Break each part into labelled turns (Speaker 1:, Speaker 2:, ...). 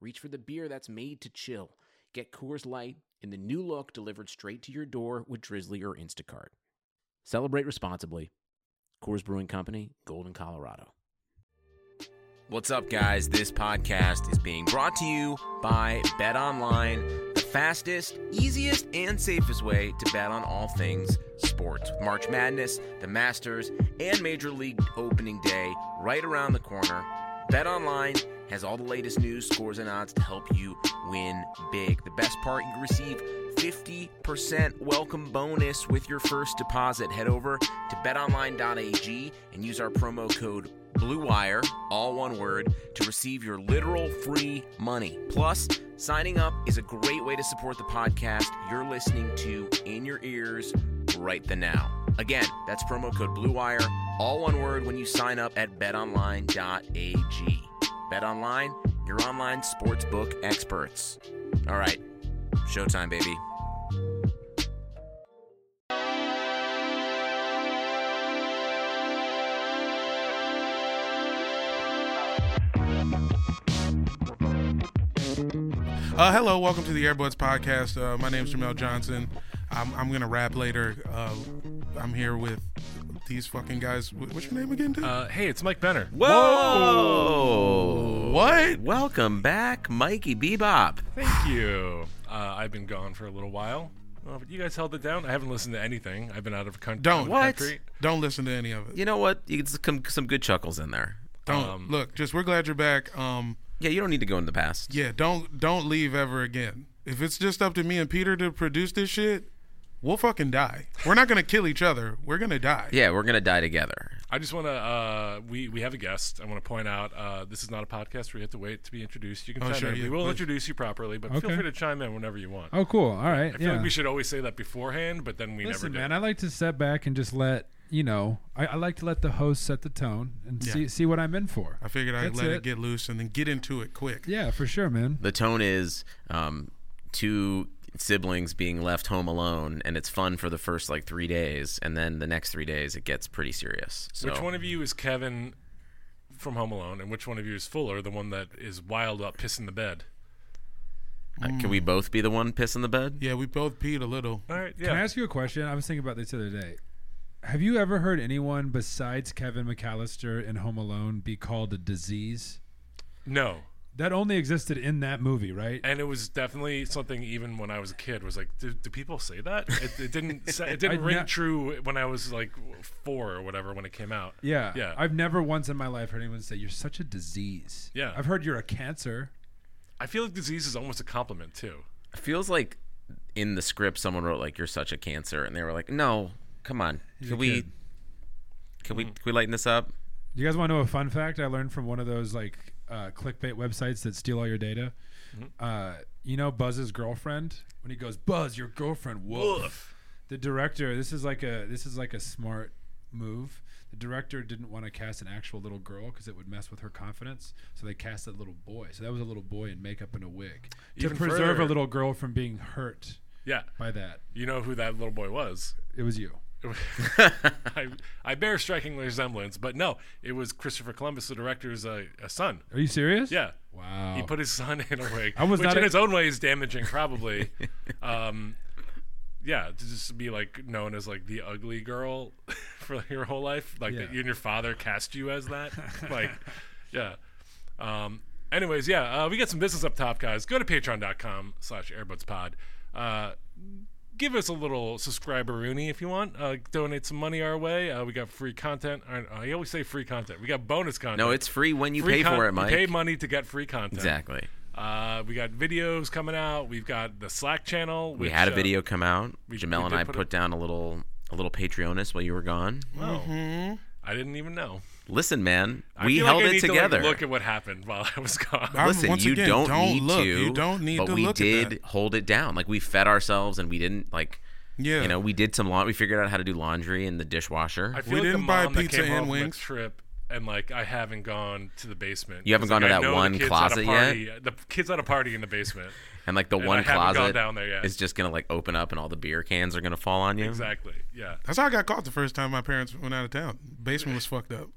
Speaker 1: reach for the beer that's made to chill. Get Coors Light in the new look delivered straight to your door with Drizzly or Instacart. Celebrate responsibly. Coors Brewing Company, Golden, Colorado. What's up, guys? This podcast is being brought to you by Bet Online, the fastest, easiest, and safest way to bet on all things sports. With March Madness, the Masters, and Major League Opening Day right around the corner, Bet Online has all the latest news, scores, and odds to help you win big. The best part, you receive 50% welcome bonus with your first deposit. Head over to betonline.ag and use our promo code BLUEWIRE, all one word, to receive your literal free money. Plus, signing up is a great way to support the podcast you're listening to in your ears right the now. Again, that's promo code BLUEWIRE, all one word when you sign up at betonline.ag. Bet online, your online sportsbook experts. All right, showtime, baby.
Speaker 2: Uh, hello, welcome to the Airbuds podcast. Uh, my name's Jamel Johnson. I'm, I'm gonna rap later. Uh, I'm here with these fucking guys. Wh- What's your name again, dude?
Speaker 3: Uh, hey, it's Mike Benner.
Speaker 1: Whoa!
Speaker 2: What?
Speaker 1: Welcome back, Mikey Bebop.
Speaker 3: Thank you. Uh, I've been gone for a little while, uh, but you guys held it down. I haven't listened to anything. I've been out of country.
Speaker 2: Don't.
Speaker 1: What?
Speaker 3: Country.
Speaker 2: Don't listen to any of it.
Speaker 1: You know what? You get some, some good chuckles in there.
Speaker 2: Don't
Speaker 3: Um,
Speaker 2: look. Just we're glad you're back. Um,
Speaker 1: Yeah, you don't need to go into the past.
Speaker 2: yeah. Don't don't leave ever again. If it's just up to me and Peter to produce this shit, we'll fucking die. We're not gonna kill each other. We're gonna die.
Speaker 1: Yeah, we're gonna die together.
Speaker 3: I just want to. Uh, we we have a guest. I want to point out uh, this is not a podcast where you have to wait to be introduced. You can
Speaker 2: Oh,
Speaker 3: chime
Speaker 2: sure,
Speaker 3: in.
Speaker 2: yeah,
Speaker 3: we will
Speaker 2: please.
Speaker 3: introduce you properly, but feel
Speaker 4: Okay.
Speaker 3: free to chime in whenever you want.
Speaker 4: Oh, cool. All right.
Speaker 3: I feel
Speaker 4: yeah.
Speaker 3: like we should always say that beforehand, but then we
Speaker 4: Listen,
Speaker 3: never
Speaker 4: man,
Speaker 3: do.
Speaker 4: I like to step back and just let you know. I, I like to let the host set the tone and
Speaker 2: Yeah.
Speaker 4: see see what I'm in for.
Speaker 2: I figured I'd
Speaker 4: That's
Speaker 2: let it.
Speaker 4: it.
Speaker 2: get loose and then get into it quick.
Speaker 4: Yeah, for sure, man.
Speaker 1: The tone is um, two siblings being left home alone, and it's fun for the first like three days, and then the next three days it gets pretty serious. So,
Speaker 3: Which one of you is Kevin from Home Alone, and which one of you is Fuller, the one that is wild about pissing the bed?
Speaker 1: uh, can we both be the one pissing the bed?
Speaker 2: Yeah, we both peed a little.
Speaker 3: All right. Yeah.
Speaker 4: Can I ask you a question? I was thinking about this the other day. Have you ever heard anyone besides Kevin McAllister in Home Alone be called a disease?
Speaker 3: no.
Speaker 4: That only existed in that movie, right?
Speaker 3: and it was definitely something even when I was a kid was like do, do people say that it, it didn't sa- it didn't
Speaker 4: I'd
Speaker 3: ring
Speaker 4: not-
Speaker 3: true when I was like four or whatever when it came out
Speaker 4: Yeah.
Speaker 3: yeah i
Speaker 4: I've never once in my life heard anyone say you're such a disease.
Speaker 3: Yeah.
Speaker 4: I've heard you're a cancer.
Speaker 3: feel like disease is almost a compliment too
Speaker 1: It feels like in the script someone wrote like "You're such a cancer," and they were like, "No, come on,
Speaker 4: He's a
Speaker 1: can we,
Speaker 4: kid.
Speaker 1: can we, can we lighten this up?"
Speaker 4: Do you guys want to know a fun fact I learned from one of those like uh, clickbait websites that steal all your data?
Speaker 3: Mm-hmm.
Speaker 4: Uh, you know Buzz's girlfriend when he goes Buzz, your girlfriend, woof. The director, this is like a this is like a smart move. The director didn't want to cast an actual little girl because it would mess with her confidence, so they cast a little boy. So that was a little boy in makeup and a wig
Speaker 3: Even
Speaker 4: to preserve
Speaker 3: further-
Speaker 4: a little girl from being hurt
Speaker 3: yeah
Speaker 4: by that.
Speaker 3: you know who that little boy was
Speaker 4: It was you.
Speaker 3: I, I bear striking resemblance but no it was Christopher Columbus the director's uh, a son
Speaker 4: Are you serious?
Speaker 3: yeah
Speaker 4: Wow.
Speaker 1: Oh.
Speaker 3: he put his son in a wig
Speaker 4: I was
Speaker 3: which
Speaker 4: not
Speaker 3: in
Speaker 4: a-
Speaker 3: its own way is damaging probably um yeah to just be like known as like the ugly girl for your whole life like
Speaker 4: Yeah.
Speaker 3: that you and your father cast you as that like yeah um anyways yeah uh, we got some business up top guys go to patreon.com slash airbudspod uh give us a little subscriber rooney if you want uh donate some money our way uh we got free content i, I always say free content we got bonus content
Speaker 1: No, it's free when you
Speaker 3: Free
Speaker 1: pay
Speaker 3: con-
Speaker 1: for it,
Speaker 3: you
Speaker 1: Mike.
Speaker 3: pay money to get free content
Speaker 1: Exactly.
Speaker 3: uh, we got videos coming out. We've got the Slack channel.
Speaker 1: We
Speaker 3: which,
Speaker 1: had a
Speaker 3: uh,
Speaker 1: video come out.
Speaker 3: we-
Speaker 1: Jamel
Speaker 3: we
Speaker 1: and
Speaker 3: did
Speaker 1: I
Speaker 3: put
Speaker 1: put,
Speaker 3: a-
Speaker 2: Mm-hmm.
Speaker 1: down a little a little Patreonist while you were gone.
Speaker 3: uh, oh. I I didn't even know.
Speaker 1: Listen, man,
Speaker 3: I
Speaker 1: we
Speaker 3: feel
Speaker 1: held
Speaker 3: like I
Speaker 1: it
Speaker 3: need
Speaker 1: together.
Speaker 3: To, like, look at what happened while I was gone.
Speaker 2: I'm-
Speaker 1: Listen,
Speaker 2: once
Speaker 1: you
Speaker 2: again,
Speaker 1: don't,
Speaker 2: don't
Speaker 1: need
Speaker 2: look.
Speaker 1: to.
Speaker 2: You don't need
Speaker 1: but
Speaker 2: to
Speaker 1: we
Speaker 2: look at
Speaker 1: did
Speaker 2: that.
Speaker 1: hold it down. Like we fed ourselves, and we didn't like.
Speaker 2: Yeah.
Speaker 1: You know, we did some laundry. We figured out how to do laundry in the dishwasher.
Speaker 3: I feel
Speaker 2: We
Speaker 3: like
Speaker 2: didn't
Speaker 3: the
Speaker 2: buy
Speaker 3: mom that
Speaker 2: pizza
Speaker 3: came
Speaker 2: and
Speaker 3: home from a
Speaker 2: wings.
Speaker 3: trip and like I haven't gone to the basement.
Speaker 1: You haven't
Speaker 3: 'Cause,
Speaker 1: gone to
Speaker 3: like, I
Speaker 1: that
Speaker 3: know the
Speaker 1: one
Speaker 3: kid's at a
Speaker 1: closet yet?
Speaker 3: party- The kid's at a party in the basement.
Speaker 1: and like the
Speaker 3: and I
Speaker 1: one
Speaker 3: haven't gone
Speaker 1: closet
Speaker 3: down there yet.
Speaker 1: is just gonna like open up, and all the beer cans are gonna fall on you.
Speaker 3: Exactly. Yeah.
Speaker 2: That's how I got caught the first time my parents went out of town. Basement was fucked up.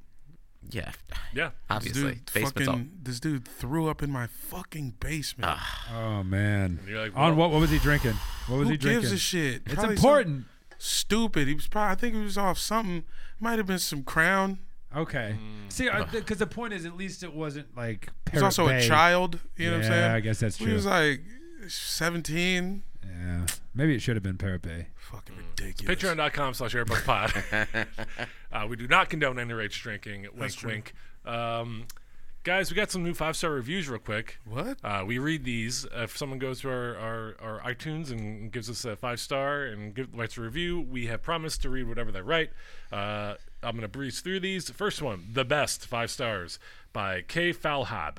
Speaker 1: Yeah,
Speaker 3: Yeah.
Speaker 2: This
Speaker 1: obviously.
Speaker 2: dude
Speaker 1: Basement's
Speaker 2: fucking.
Speaker 1: all. Ah.
Speaker 2: This dude threw up in my fucking basement.
Speaker 4: Oh man.
Speaker 3: you're like, well-
Speaker 4: On what? What was he drinking? What was
Speaker 2: Who
Speaker 4: he drinking?
Speaker 2: gives a shit?
Speaker 4: It's
Speaker 2: Probably some
Speaker 4: important.
Speaker 2: Stupid. He was probably. I think he was off something. Might have been some crown.
Speaker 4: Okay. See, because the point is, at least it wasn't like.
Speaker 2: He was Mm. also a child. You know what I'm
Speaker 4: Yeah,
Speaker 2: saying?
Speaker 4: I guess that's
Speaker 2: He
Speaker 4: true.
Speaker 2: was like 17.
Speaker 4: Yeah. Maybe it should have been Parrot Bay.
Speaker 1: Mm.
Speaker 2: Fucking ridiculous.
Speaker 3: Patreon.com slash airbudspod. uh, we do not condone any rage drinking. Wink,
Speaker 2: true.
Speaker 3: wink. Um, guys, we got some new five star reviews real quick.
Speaker 2: What?
Speaker 3: Uh, we read these. Uh, if someone goes to our, our, our iTunes and gives us a five star and give, writes a review, we have promised to read whatever they write. Uh, I'm going to breeze through these. First one, the best five stars by K. Falhab.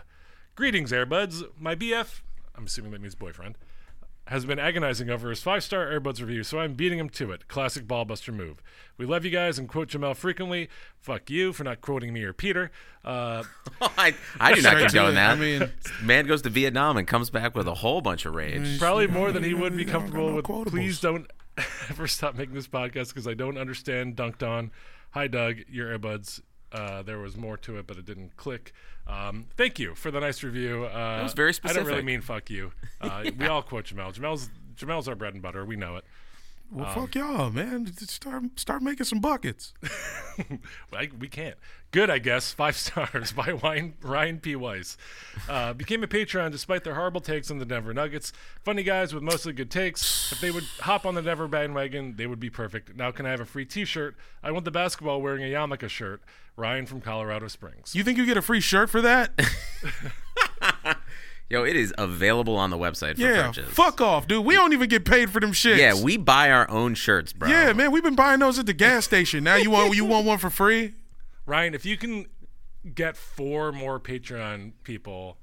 Speaker 3: Greetings, Airbuds. My BF, I'm assuming that means boyfriend, has been agonizing over his five star Airbuds review, so I'm beating him to it. Classic ballbuster move. We love you guys and quote Jamel frequently. Fuck you for not quoting me or Peter. Uh,
Speaker 1: Oh, I, I do not
Speaker 2: Straight to
Speaker 1: condone
Speaker 2: it.
Speaker 1: that.
Speaker 2: I mean-
Speaker 1: man goes to Vietnam and comes back with a whole bunch of rage.
Speaker 3: Probably more than he would be
Speaker 2: I don't
Speaker 3: comfortable
Speaker 2: know
Speaker 3: with.
Speaker 2: quotables.
Speaker 3: Please don't ever stop making this podcast because I don't understand dunked on. Hi, Doug. Your earbuds. Uh, there was more to it, but it didn't click. Um, thank you for the nice review. Uh, that
Speaker 1: was very
Speaker 3: I don't really
Speaker 1: specific.
Speaker 3: mean fuck you. Uh, We all quote Jamel. Jamel's Jamel's our bread and butter. We know it.
Speaker 2: Well,
Speaker 1: um,
Speaker 2: fuck y'all, man. Just Start start making some buckets.
Speaker 3: I, we can't. Good, I guess. Five stars by Ryan, Ryan P. Weiss. Uh, became a Patreon despite their horrible takes on the Denver Nuggets. Funny guys with mostly good takes. If they would hop on the Denver bandwagon, they would be perfect. Now, can I have a free t shirt? I want the basketball wearing a yarmulke shirt. Ryan from Colorado Springs.
Speaker 2: You think you get a free shirt for that?
Speaker 1: Yo, it is available on the website for
Speaker 2: Yeah.
Speaker 1: purchase.
Speaker 2: Fuck off, dude. We don't even get paid for them shits.
Speaker 1: Yeah, we buy our own shirts, bro.
Speaker 2: Yeah, man. We've been buying those at the gas station. Now you want you want one for free?
Speaker 3: Ryan, if you can get four more Patreon people,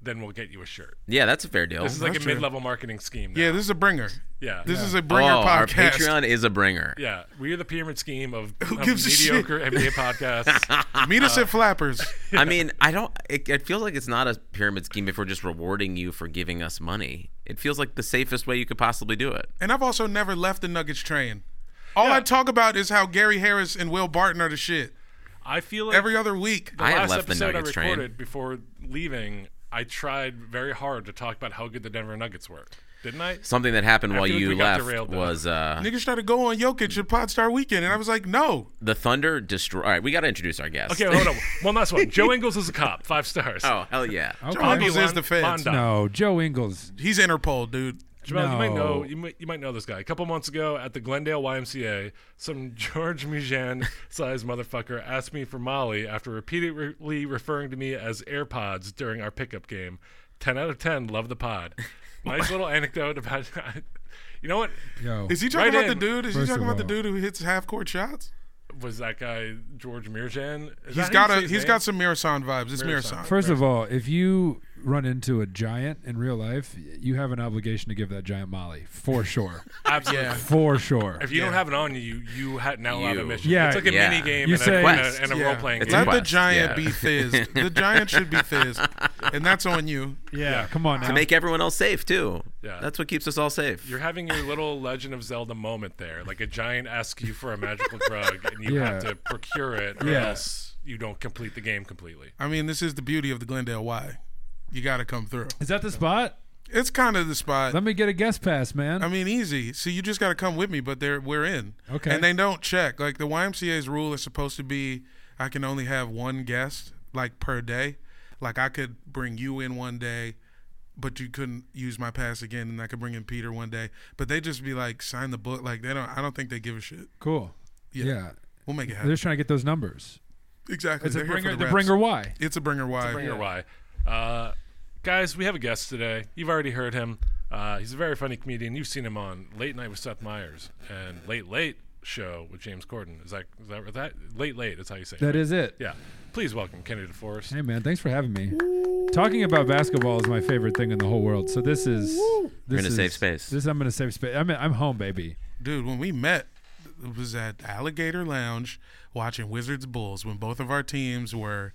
Speaker 3: then we'll get you a shirt.
Speaker 1: Yeah, that's a fair deal.
Speaker 3: This is like
Speaker 2: that's
Speaker 3: a
Speaker 2: true.
Speaker 3: mid level marketing scheme. Now.
Speaker 2: Yeah, this is a bringer.
Speaker 3: Yeah.
Speaker 2: This is a
Speaker 1: oh,
Speaker 2: bringer
Speaker 1: our
Speaker 2: podcast.
Speaker 1: Patreon is a bringer.
Speaker 3: yeah, we're the pyramid scheme of, of
Speaker 2: gives a shit?
Speaker 3: mediocre NBA podcasts.
Speaker 2: Meet
Speaker 3: Uh.
Speaker 2: us at Flappers.
Speaker 1: I mean, I don't. It, it feels like it's not a pyramid scheme if we're just rewarding you for giving us money. It feels like the safest way you could possibly do it.
Speaker 2: And I've also never left the Nuggets train. All I talk about is how Gary Harris and Will Barton are the shit.
Speaker 3: I feel like
Speaker 2: Every other week.
Speaker 1: I have
Speaker 3: last
Speaker 1: left the
Speaker 3: episode
Speaker 1: Nuggets
Speaker 3: I
Speaker 1: train.
Speaker 3: recorded before leaving, I tried very hard to talk about how good the Denver Nuggets were, didn't I?
Speaker 1: Something that happened while
Speaker 3: feel like
Speaker 1: you
Speaker 3: we got
Speaker 1: left
Speaker 3: derailed, though.
Speaker 1: was uh,
Speaker 2: Niggas try to go on Jokic at Podstar Weekend, and I was like, no.
Speaker 1: the Thunder destroy. All right, we got to introduce our guest.
Speaker 3: Okay, hold on. One last one. Joe Ingles is a cop. Five stars.
Speaker 1: Oh hell yeah!
Speaker 4: Okay.
Speaker 2: Joe Ingles is
Speaker 3: Lon-
Speaker 2: the feds.
Speaker 3: Londo.
Speaker 4: No, Joe Ingles.
Speaker 2: He's Interpol, dude.
Speaker 3: Jamal, you might know
Speaker 4: No.
Speaker 3: you might, you might know this guy. A couple months ago at the Glendale YMCA, some George Mujan sized motherfucker asked me for Molly after repeatedly referring to me as AirPods during our pickup game. Ten out of ten, love the pod. Nice little anecdote about. you know what?
Speaker 4: Yo.
Speaker 2: Is he talking
Speaker 3: Right
Speaker 2: about
Speaker 3: in.
Speaker 2: the dude? Is he
Speaker 4: First
Speaker 2: talking
Speaker 4: of
Speaker 2: about the
Speaker 4: all.
Speaker 2: dude who hits half court shots?
Speaker 3: was that guy George Mirjan? Is
Speaker 2: He's
Speaker 3: that how you
Speaker 2: got
Speaker 3: say
Speaker 2: a
Speaker 3: his
Speaker 2: he's
Speaker 3: name?
Speaker 2: got some Mirasan vibes. It's Mirasan.
Speaker 4: First of all, if you run into a giant in real life, you have an obligation to give that giant Molly for sure.
Speaker 3: absolutely.
Speaker 4: for sure.
Speaker 3: If you don't have it on you, you had now have a
Speaker 1: You.
Speaker 3: mission.
Speaker 4: Yeah,
Speaker 3: it's like a
Speaker 1: yeah.
Speaker 3: mini game
Speaker 4: You
Speaker 3: and,
Speaker 4: say-
Speaker 3: a, and a, and a
Speaker 2: Yeah.
Speaker 3: role playing
Speaker 1: It's
Speaker 3: game.
Speaker 1: a
Speaker 2: Let the
Speaker 1: quest,
Speaker 2: giant
Speaker 1: yeah.
Speaker 2: be fizzed. The giant should be fizzed, and that's on you.
Speaker 4: Yeah, come on now.
Speaker 1: To make everyone else safe too.
Speaker 3: Yeah.
Speaker 1: that's what keeps us all safe.
Speaker 3: You're having your little Legend of Zelda moment there, like a giant asks you for a magical drug and you have
Speaker 4: Yeah.
Speaker 3: to procure it, or
Speaker 4: Yeah.
Speaker 3: else you don't complete the game completely.
Speaker 2: I mean, this is the beauty of the Glendale Y. You got to come through.
Speaker 4: Is that the spot?
Speaker 2: It's kind of the spot.
Speaker 4: Let me get a guest pass, man.
Speaker 2: I mean, easy. So you just got to come with me, but they're we're in.
Speaker 4: Okay.
Speaker 2: And they don't check. Like the YMCA's rule is supposed to be, I can only have one guest like per day. Like I could bring you in one day, but you couldn't use my pass again, and I could bring in Peter one day. But they just be like, sign the book. Like they don't. I don't think they give a shit.
Speaker 4: cool. Yeah.
Speaker 2: We'll make it
Speaker 4: They're
Speaker 2: happen.
Speaker 4: just trying to get those numbers.
Speaker 2: exactly.
Speaker 4: It's a
Speaker 2: They're here for
Speaker 4: bringer, the,
Speaker 2: reps.
Speaker 4: bringer why?
Speaker 2: It's a bringer Y.
Speaker 3: Bring her why. Uh, guys, we have a guest today. You've already heard him. Uh, he's a very funny comedian. You've seen him on Late Night with Seth Meyers and Late Late show with James Corden. Is that is that, is that late late? That's how you say.
Speaker 4: That
Speaker 3: it.
Speaker 4: is it.
Speaker 3: Yeah. Please welcome Kennedy DeForest.
Speaker 4: Hey man, thanks for having me. Talking about basketball is my favorite thing in the whole world. So this is this
Speaker 1: in a
Speaker 4: is,
Speaker 1: safe space.
Speaker 4: This I'm in a safe space. I'm I'm home, baby.
Speaker 2: Dude, when we met, it was at Alligator Lounge watching Wizards Bulls when both of our teams were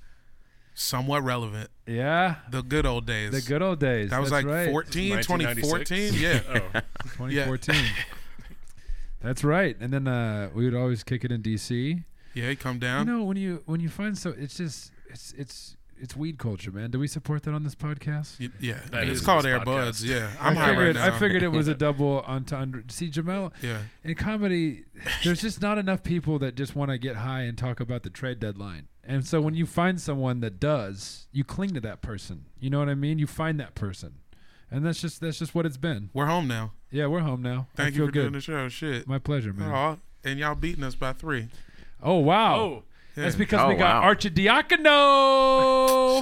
Speaker 2: somewhat relevant.
Speaker 4: Yeah,
Speaker 2: The good old days.
Speaker 4: the good old days.
Speaker 2: that was
Speaker 4: That's
Speaker 2: like
Speaker 4: right.
Speaker 2: 14, 2014.
Speaker 3: 1996?
Speaker 2: Yeah.
Speaker 3: Oh,
Speaker 4: 2014. That's right. And then uh, we would always kick it in DC.
Speaker 2: Yeah, he come
Speaker 4: You
Speaker 2: down.
Speaker 4: know, when you when you find so it's just it's it's it's weed culture, man. Do we support that on this podcast?
Speaker 2: Y- yeah.
Speaker 3: That
Speaker 2: it's
Speaker 3: is
Speaker 2: called
Speaker 3: this
Speaker 2: Air
Speaker 3: podcast.
Speaker 2: Buds. Yeah. I'm
Speaker 4: I
Speaker 2: high right
Speaker 4: figured,
Speaker 2: now.
Speaker 4: I figured it was a double entendre. See, Jamel,
Speaker 2: Yeah.
Speaker 4: in comedy, there's just not enough people that just want to get high and talk about the trade deadline. And so when you find someone that does, you cling to that person. You know what I mean? You find that person, and that's just that's just what it's been.
Speaker 2: We're home now.
Speaker 4: Yeah, we're home now. I
Speaker 2: Thank you
Speaker 4: feel
Speaker 2: for
Speaker 4: good.
Speaker 2: doing the show. Shit. Oh.
Speaker 4: My pleasure, man.
Speaker 2: Aw, and y'all beating us by three.
Speaker 4: Oh wow!
Speaker 3: Oh.
Speaker 4: That's
Speaker 2: Yeah.
Speaker 4: because
Speaker 1: Oh,
Speaker 4: we got
Speaker 1: wow.
Speaker 4: Archidiakono.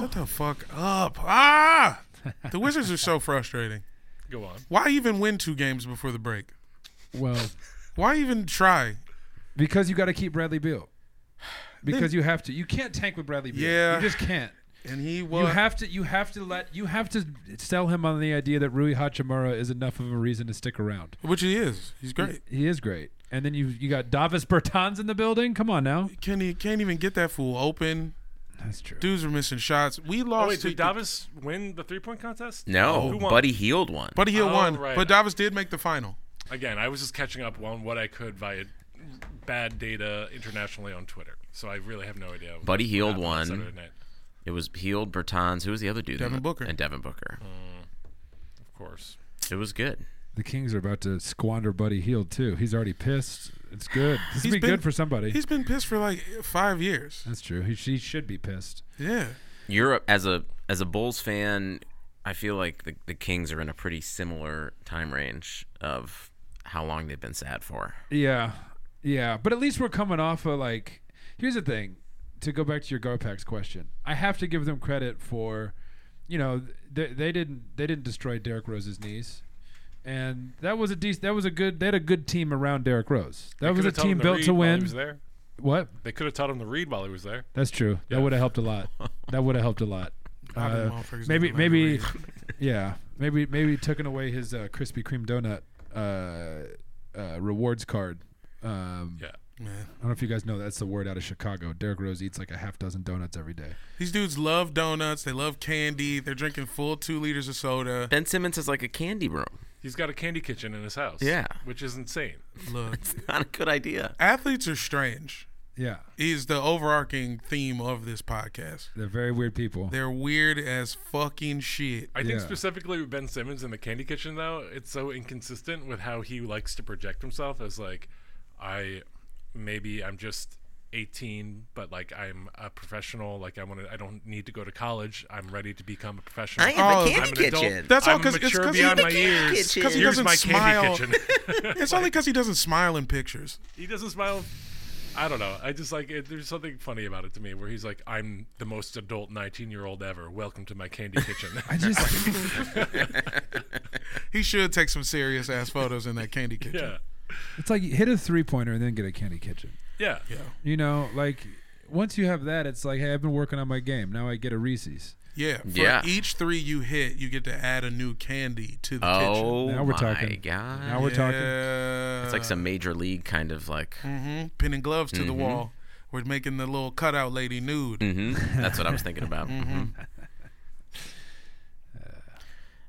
Speaker 2: Shut the fuck up. Ah! The Wizards are so frustrating.
Speaker 3: go on.
Speaker 2: Why even win two games before the break?
Speaker 4: well,
Speaker 2: Why even try?
Speaker 4: because you got to keep Bradley Beal. Because you have to. You can't tank with Bradley Beal.
Speaker 2: Yeah.
Speaker 4: you just can't.
Speaker 2: And he was.
Speaker 4: you have to. You have to let. You have to sell him on the idea that Rui Hachimura is enough of a reason to stick around.
Speaker 2: which he is. He's great.
Speaker 4: He is great. And then you you got Davis Bertans in the building. Come on now.
Speaker 2: Can he can't even get that fool open.
Speaker 4: That's true.
Speaker 2: Dudes are missing shots. We
Speaker 3: Oh,
Speaker 2: lost.
Speaker 3: wait,
Speaker 2: to-
Speaker 3: did Davis win the three point contest?
Speaker 1: No,
Speaker 3: Oh, Who won?
Speaker 1: Buddy healed one.
Speaker 2: Buddy Hill
Speaker 3: Oh,
Speaker 2: won,
Speaker 3: right.
Speaker 2: but Davis did make the final.
Speaker 3: Again, I was just catching up on what I could via bad data internationally on Twitter. So I really have no idea. what
Speaker 1: Buddy healed
Speaker 3: happened on
Speaker 1: one.
Speaker 3: Saturday night,
Speaker 1: It was healed. Bertans. Who was the other dude?
Speaker 2: Devin Booker.
Speaker 1: And Devin Booker.
Speaker 3: of course.
Speaker 1: It was good.
Speaker 4: The Kings are about to squander Buddy Heald too. He's already pissed. It's good. This would
Speaker 2: He's
Speaker 4: be
Speaker 2: been-
Speaker 4: good for somebody.
Speaker 2: He's been pissed for like five years.
Speaker 4: That's true. He, she should be pissed.
Speaker 2: Yeah,
Speaker 1: Europe as a as a Bulls fan, I feel like the, the Kings are in a pretty similar time range of how long they've been sad for.
Speaker 4: Yeah, yeah. But at least we're coming off of like. Here's the thing. To go back to your Garpax question, I have to give them credit for, you know, they, they didn't they didn't destroy Derrick Rose's knees, and that was a decent that was a good they had a good team around Derrick Rose. That
Speaker 3: They
Speaker 4: was
Speaker 3: coulda
Speaker 4: a
Speaker 3: taught him
Speaker 4: team built
Speaker 3: read
Speaker 4: to
Speaker 3: while he
Speaker 4: win.
Speaker 3: was there.
Speaker 4: What?
Speaker 3: They could have taught him to read while he was there.
Speaker 4: That's true.
Speaker 3: Yeah.
Speaker 4: That would have helped a lot. That would have helped a lot.
Speaker 2: Lot of
Speaker 4: Uh,
Speaker 2: motherfuckers
Speaker 4: maybe,
Speaker 2: didn't like to
Speaker 4: maybe,
Speaker 2: read.
Speaker 4: yeah, maybe, maybe taking away his uh, Krispy Kreme donut uh, uh, rewards card. Um,
Speaker 3: Yeah.
Speaker 2: man.
Speaker 4: I don't know if you guys know that's the word out of Chicago. Derrick Rose eats like a half dozen donuts every day.
Speaker 2: These dudes love donuts. They love candy. They're drinking full two liters of soda.
Speaker 1: Ben Simmons is like a candy room.
Speaker 3: He's got a candy kitchen in his house.
Speaker 1: Yeah.
Speaker 3: Which is insane.
Speaker 2: Look,
Speaker 1: Not a good idea.
Speaker 2: athletes are strange.
Speaker 4: Yeah,
Speaker 2: Is the overarching theme of this podcast.
Speaker 4: they're very weird people.
Speaker 2: They're weird as fucking shit.
Speaker 3: I think
Speaker 4: Yeah.
Speaker 3: specifically with Ben Simmons in the Candy Kitchen, though, it's so inconsistent with how he likes to project himself as like, I maybe I'm just 18, but like I'm a professional. Like I want to, I don't need to go to college. I'm ready to become a professional.
Speaker 1: I am
Speaker 2: Oh,
Speaker 1: the
Speaker 3: I'm
Speaker 1: candy
Speaker 3: an
Speaker 1: kitchen.
Speaker 3: adult.
Speaker 2: That's all
Speaker 3: I'm
Speaker 2: 'cause- it's
Speaker 3: mature
Speaker 2: 'cause he-
Speaker 3: beyond
Speaker 2: The
Speaker 3: my
Speaker 1: candy
Speaker 3: years.
Speaker 1: kitchen. 'Cause he
Speaker 3: Here's
Speaker 2: doesn't
Speaker 3: my
Speaker 2: smile.
Speaker 3: candy kitchen.
Speaker 2: It's only because he doesn't smile in pictures.
Speaker 3: he doesn't smile. I don't know. I just like it, there's something funny about it to me where he's like, I'm the most adult 19 year old ever. Welcome to my candy kitchen.
Speaker 4: I just,
Speaker 2: He should take some serious ass photos in that candy kitchen.
Speaker 3: yeah.
Speaker 4: it's like hit a three pointer and then get a candy kitchen.
Speaker 3: Yeah.
Speaker 4: You know, like once you have that, it's like, hey, I've been working on my game. Now I get a Reese's.
Speaker 2: Yeah. For
Speaker 1: Yeah.
Speaker 2: each three you hit, you get to add a new candy to the kitchen.
Speaker 1: Oh
Speaker 4: Now we're
Speaker 1: my
Speaker 4: talking.
Speaker 1: god.
Speaker 4: Now we're talking.
Speaker 2: Yeah.
Speaker 1: it's like some Mm-hmm. major league kind of like.
Speaker 2: hmm pin and gloves to the wall. We're making the little cutout lady nude.
Speaker 1: hmm That's what I was thinking about. hmm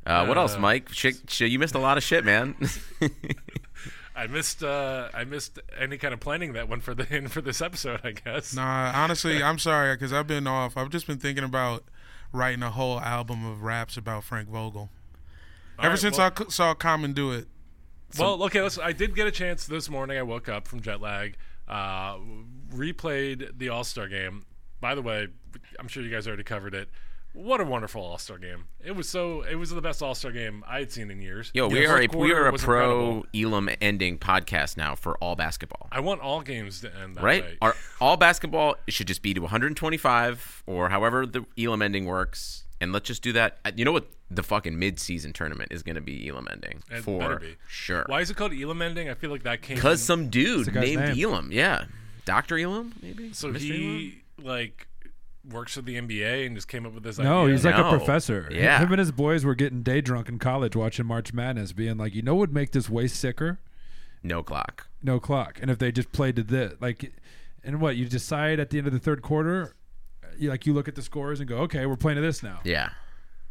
Speaker 1: Uh, what else,
Speaker 3: Uh,
Speaker 1: Mike? Shit, shit, you missed a lot of shit, man.
Speaker 3: I missed uh, I missed any kind of planning that went for the in for this episode. I guess.
Speaker 2: Nah, honestly, I'm sorry because I've been off. I've just been thinking about writing a whole album of raps about Frank Vogel.
Speaker 3: All
Speaker 2: Ever
Speaker 3: right,
Speaker 2: since
Speaker 3: well,
Speaker 2: I c- saw Common do it,
Speaker 3: well, okay. Let's, I did get a chance this morning. I woke up from jet lag, uh, replayed the All Star game. By the way, I'm sure you guys already covered it. What a wonderful All Star game! It was so it was the best All Star game I had seen in years.
Speaker 1: Yo, we
Speaker 3: The
Speaker 1: are a
Speaker 3: fourth
Speaker 1: we
Speaker 3: quarter
Speaker 1: are a
Speaker 3: was
Speaker 1: pro
Speaker 3: incredible.
Speaker 1: Elam ending podcast now for all basketball.
Speaker 3: I want all games to end that
Speaker 1: Right?
Speaker 3: way.
Speaker 1: Our all basketball should just be to 125 or however the Elam ending works, and let's just do that. Uh, You know what? The fucking mid-season tournament is going to be Elam ending
Speaker 3: It
Speaker 1: for
Speaker 3: better be.
Speaker 1: sure.
Speaker 3: Why is it called Elam ending? I feel like that came
Speaker 1: Because some dude
Speaker 4: the guy's
Speaker 1: named
Speaker 4: name.
Speaker 1: Elam, yeah, Doctor Elam, maybe.
Speaker 3: so
Speaker 1: Mr. Elam?
Speaker 3: he like works for the NBA and just came up with this
Speaker 4: No,
Speaker 3: idea.
Speaker 4: he's like
Speaker 1: No.
Speaker 4: a professor. H-
Speaker 1: Yeah.
Speaker 4: Him and his boys were getting day drunk in college watching March Madness, being like, you know what would make this way sicker?
Speaker 1: no clock.
Speaker 4: No clock. And if they just played to this, like, and what, you decide at the end of the third quarter, you, like, you look at the scores and go, okay, we're playing to this now.
Speaker 1: Yeah,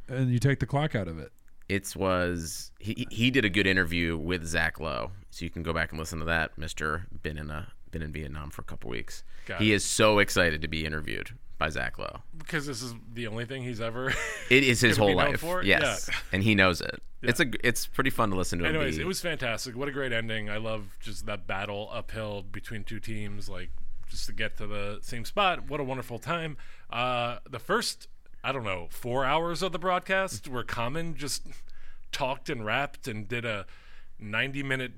Speaker 4: And you take the clock out of it.
Speaker 1: it was he. He did a good interview with Zach Lowe, so you can go back and listen to that. Mister been in a been in Vietnam for a couple weeks.
Speaker 3: Got
Speaker 1: he
Speaker 3: it.
Speaker 1: is so excited to be interviewed by Zach Lowe.
Speaker 3: because this is the only thing he's ever.
Speaker 1: It is his
Speaker 3: Gonna be
Speaker 1: whole
Speaker 3: known
Speaker 1: life.
Speaker 3: for it?
Speaker 1: Yes,
Speaker 3: Yeah.
Speaker 1: and he knows it. It's a. It's pretty fun to listen to him.
Speaker 3: Anyways,
Speaker 1: be-
Speaker 3: it was fantastic. What a great ending. I love just that battle uphill between two teams, like just to get to the same spot. What a wonderful time. Uh, the first, I don't know, four hours of the broadcast were common, just talked and rapped and did a 90 minute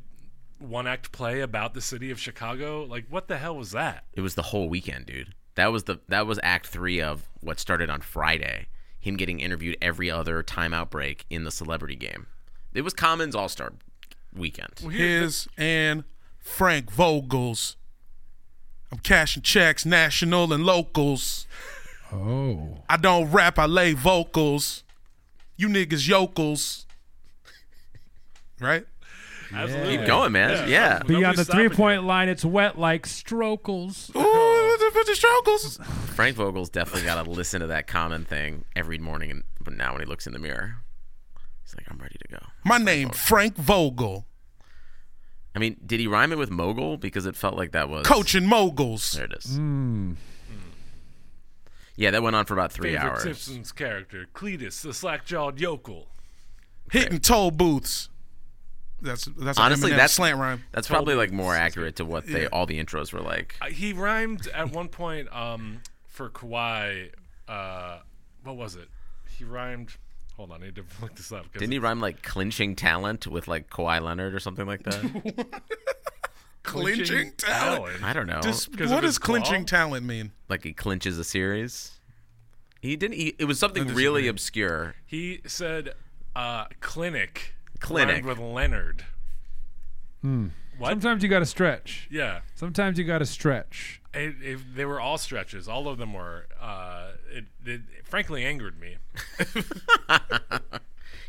Speaker 3: one act play about the city of Chicago. Like, what the hell was that?
Speaker 1: It was the whole weekend, dude. That was the that was Act Three of what started on Friday. Him getting interviewed every other timeout break in the celebrity game. It was Commons All Star weekend.
Speaker 2: His and Frank Vogel's. I'm cashing checks, national and locals.
Speaker 4: Oh.
Speaker 2: I don't rap, I lay vocals. You niggas yokels. Right?
Speaker 3: Absolutely.
Speaker 1: Keep going, man. Yeah.
Speaker 4: Beyond
Speaker 3: Nobody's
Speaker 4: the
Speaker 3: stopping
Speaker 4: three point line, it's wet like strokels.
Speaker 2: Ooh, what the, what the strokes?
Speaker 1: Frank Vogel's definitely got to listen to that Common thing every morning. And but now when he looks in the mirror, he's like, I'm ready to go.
Speaker 2: My name, Frank Vogel.
Speaker 1: I mean, did he rhyme it with mogul? Because it felt like that was
Speaker 2: Coaching moguls.
Speaker 1: There it is. Yeah, that went on for about three
Speaker 3: Favorite
Speaker 1: hours.
Speaker 3: Simpsons character, Cletus, the slack jawed yokel.
Speaker 2: Hitting toll booths. That's that's
Speaker 1: Honestly,
Speaker 2: honestly that
Speaker 1: that's-
Speaker 2: slant rhyme.
Speaker 1: That's probably like more accurate to what they all the intros were like.
Speaker 3: Uh, he rhymed at one point um, for Kawhi. Uh, what was it? He rhymed. Hold on, I need to look this up. 'cause-
Speaker 1: Didn't he rhyme like clinching talent with like Kawhi Leonard or something like that?
Speaker 2: Clinching talent.
Speaker 1: I don't know.
Speaker 2: Just-
Speaker 3: because of
Speaker 2: what
Speaker 3: his
Speaker 2: does clinching
Speaker 3: claw?
Speaker 2: talent mean?
Speaker 1: like he clinches a series. He didn't. He, it was something really obscure.
Speaker 3: He said uh, clinic.
Speaker 1: Clinic.
Speaker 3: Rhymed with Leonard. What?
Speaker 4: Sometimes you got to stretch.
Speaker 3: Yeah.
Speaker 4: Sometimes you got to stretch.
Speaker 3: It, it, they were all stretches. All of them were. Uh, it, it frankly angered me.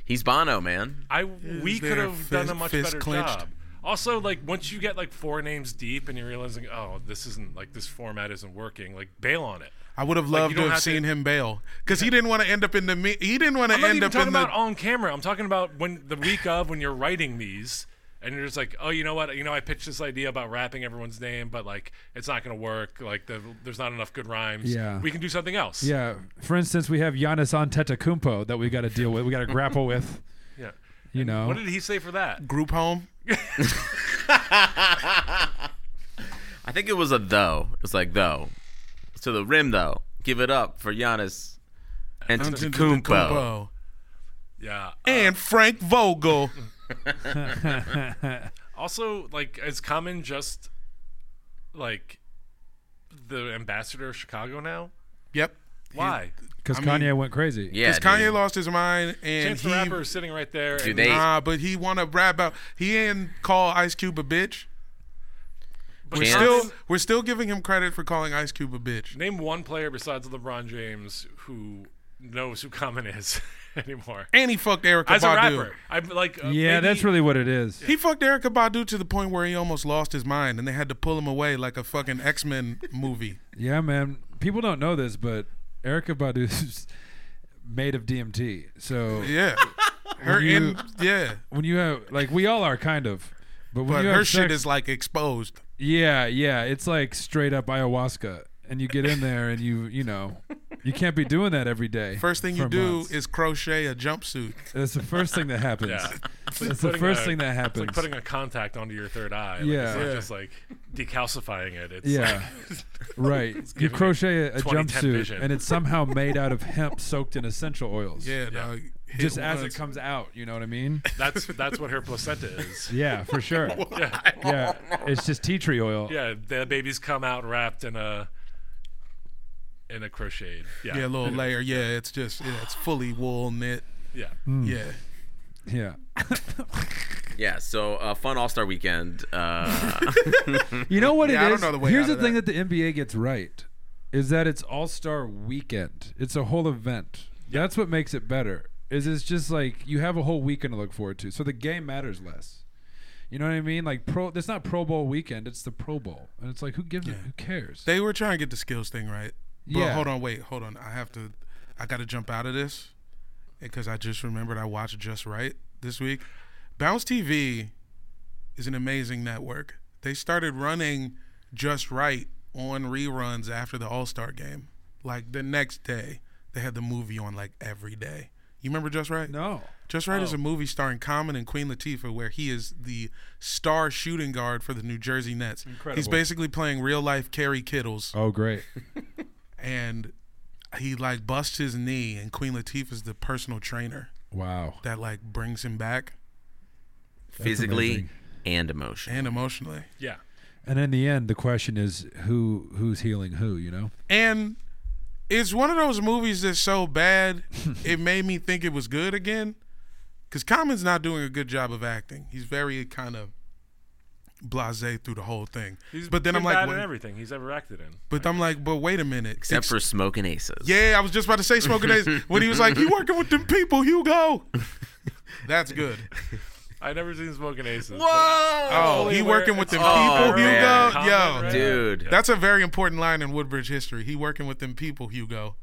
Speaker 1: He's Bono, man.
Speaker 3: I we
Speaker 2: there
Speaker 3: could have done
Speaker 2: fist-
Speaker 3: a much
Speaker 2: fist
Speaker 3: better
Speaker 2: clenched?
Speaker 3: job. Also, like once you get like four names deep and you're realizing, oh, this isn't like this format isn't working. Like bail on it.
Speaker 2: I would have loved
Speaker 3: you don't
Speaker 2: to have
Speaker 3: have to-
Speaker 2: seen him bail because he didn't want to end up in the me- he didn't want to
Speaker 3: I'm not
Speaker 2: end
Speaker 3: even
Speaker 2: up in
Speaker 3: talking
Speaker 2: the
Speaker 3: about on camera. I'm talking about when the week of when you're writing these and you're just like, oh, you know what? You know, I pitched this idea about rapping everyone's name, but like it's not gonna work. Like the, there's not enough good rhymes.
Speaker 4: Yeah.
Speaker 3: we can do something else.
Speaker 4: Yeah. For instance, we have Giannis Antetokounmpo that we got to deal with. We got to grapple with.
Speaker 3: yeah.
Speaker 4: You know.
Speaker 3: What did he say for that?
Speaker 2: group home.
Speaker 1: I think it was a though. It was like though to the rim though. Give it up for Giannis and Kumpo.
Speaker 2: Kumpo.
Speaker 3: Yeah.
Speaker 2: And Frank Vogel.
Speaker 3: Uh, Also, like, is Common just like the ambassador of Chicago now?
Speaker 2: yep.
Speaker 3: Why?
Speaker 4: Because
Speaker 2: I
Speaker 4: Kanye
Speaker 2: mean-
Speaker 4: went crazy.
Speaker 1: Yeah,
Speaker 2: Because
Speaker 1: dude.
Speaker 2: Kanye lost his mind and
Speaker 3: Chance the Rapper
Speaker 2: he
Speaker 3: is sitting right there.
Speaker 1: Dude,
Speaker 3: and
Speaker 1: they-
Speaker 2: nah, but he want to rap about he didn't call Ice Cube a bitch.
Speaker 3: but
Speaker 1: Chance-
Speaker 3: Common-
Speaker 2: Still, we're still giving him credit for calling Ice Cube a bitch.
Speaker 3: name one player besides LeBron James who knows who Common is anymore
Speaker 2: And he fucked Erica
Speaker 3: as a
Speaker 2: Badu.
Speaker 3: rapper. I'm like, uh,
Speaker 4: Yeah,
Speaker 3: maybe-
Speaker 4: that's really what it is.
Speaker 2: He fucked Erica Badu to the point where he almost lost his mind, and they had to pull him away like a fucking X Men movie.
Speaker 4: Yeah, man. People don't know this, but Erica Badu's made of DMT. So
Speaker 2: Yeah, her
Speaker 4: You-
Speaker 2: in yeah,
Speaker 4: when you have like we all are kind of, but when
Speaker 2: but
Speaker 4: you have
Speaker 2: her shit
Speaker 4: sex-
Speaker 2: is like exposed.
Speaker 4: yeah, yeah. It's like straight up ayahuasca, and you get in there and you you know you can't be doing that every day.
Speaker 2: First thing you
Speaker 4: for
Speaker 2: do
Speaker 4: months.
Speaker 2: is crochet a jumpsuit.
Speaker 4: that's the first thing that happens.
Speaker 3: Yeah.
Speaker 4: That's the
Speaker 3: putting
Speaker 4: first
Speaker 3: a-
Speaker 4: thing that
Speaker 3: It's
Speaker 4: happens.
Speaker 3: like putting a contact onto your third eye. Like,
Speaker 4: Yeah.
Speaker 3: It's not
Speaker 4: Yeah.
Speaker 3: just like decalcifying it. It's
Speaker 4: yeah, right.
Speaker 3: me
Speaker 4: You crochet a, a
Speaker 3: 2010
Speaker 4: jumpsuit,
Speaker 3: vision.
Speaker 4: and it's somehow made out of hemp soaked in essential oils.
Speaker 2: Yeah, dog. Hit
Speaker 4: just as it
Speaker 2: once.
Speaker 4: comes out. You know what I mean?
Speaker 3: that's that's what her placenta is.
Speaker 4: Yeah, for sure. yeah. it's just tea tree oil.
Speaker 3: Yeah, the babies come out wrapped in a and a crocheted. Yeah,
Speaker 2: Yeah, a little layer. Yeah, it's just yeah, it's fully wool knit.
Speaker 3: yeah.
Speaker 4: Hmm.
Speaker 2: Yeah.
Speaker 4: Yeah.
Speaker 1: Yeah, so uh, fun All Star weekend. Uh,
Speaker 4: You know what
Speaker 2: Yeah,
Speaker 4: it is?
Speaker 2: I don't know the way
Speaker 4: Here's
Speaker 2: out
Speaker 4: the
Speaker 2: of
Speaker 4: thing that. the NBA gets right is that it's All Star Weekend. It's a whole event. That's what makes it better. Is it's just like you have a whole weekend to look forward to. So the game matters less. You know what I mean? Like pro, it's not Pro Bowl weekend. It's the Pro Bowl, and it's like who gives? it? Who cares?
Speaker 2: They were trying to get the skills thing right. But
Speaker 4: Yeah.
Speaker 2: hold on, wait, hold on. I have to I gotta jump out of this because I just remembered I watched Just Right this week. Bounce TV is an amazing network. They started running Just Right on reruns after the All Star game. Like the next day, they had the movie on like every day. You remember Just Right?
Speaker 4: no.
Speaker 2: Just Right is
Speaker 3: Oh.
Speaker 2: a movie starring Common and Queen Latifah where he is the star shooting guard for the New Jersey Nets. He's
Speaker 4: Incredible.
Speaker 2: basically playing real life Kerry Kittles
Speaker 4: Oh great.
Speaker 2: and he like busts his knee and Queen Latifah's the personal trainer
Speaker 4: Wow.
Speaker 2: that like brings him back
Speaker 1: physically
Speaker 4: amazing.
Speaker 1: and emotionally.
Speaker 2: and emotionally.
Speaker 3: Yeah.
Speaker 4: And in the end, the question is who who's healing who? You know.
Speaker 2: And it's one of those movies that's so bad it made me think it was good again. Cause Common's not doing a good job of acting. He's very kind of blasé through the whole thing.
Speaker 3: He's
Speaker 2: but then
Speaker 3: been
Speaker 2: I'm like,
Speaker 3: bad in
Speaker 2: wait-
Speaker 3: everything he's ever acted in.
Speaker 2: But I'm like, but wait a minute.
Speaker 1: Except
Speaker 2: It's-
Speaker 1: for Smoking Aces.
Speaker 2: yeah, I was just about to say smoking days when he was like, "You working with them people, Hugo?" That's good.
Speaker 3: I never seen Smoking Aces. but-
Speaker 2: Oh,
Speaker 3: Only
Speaker 2: he
Speaker 3: where
Speaker 2: working with
Speaker 3: it's
Speaker 2: them
Speaker 1: all
Speaker 2: people,
Speaker 1: man.
Speaker 2: Hugo.
Speaker 3: Common,
Speaker 2: Yo,
Speaker 3: right?
Speaker 1: Dude.
Speaker 2: that's a very important line in Woodbridge history. He working with them people, Hugo.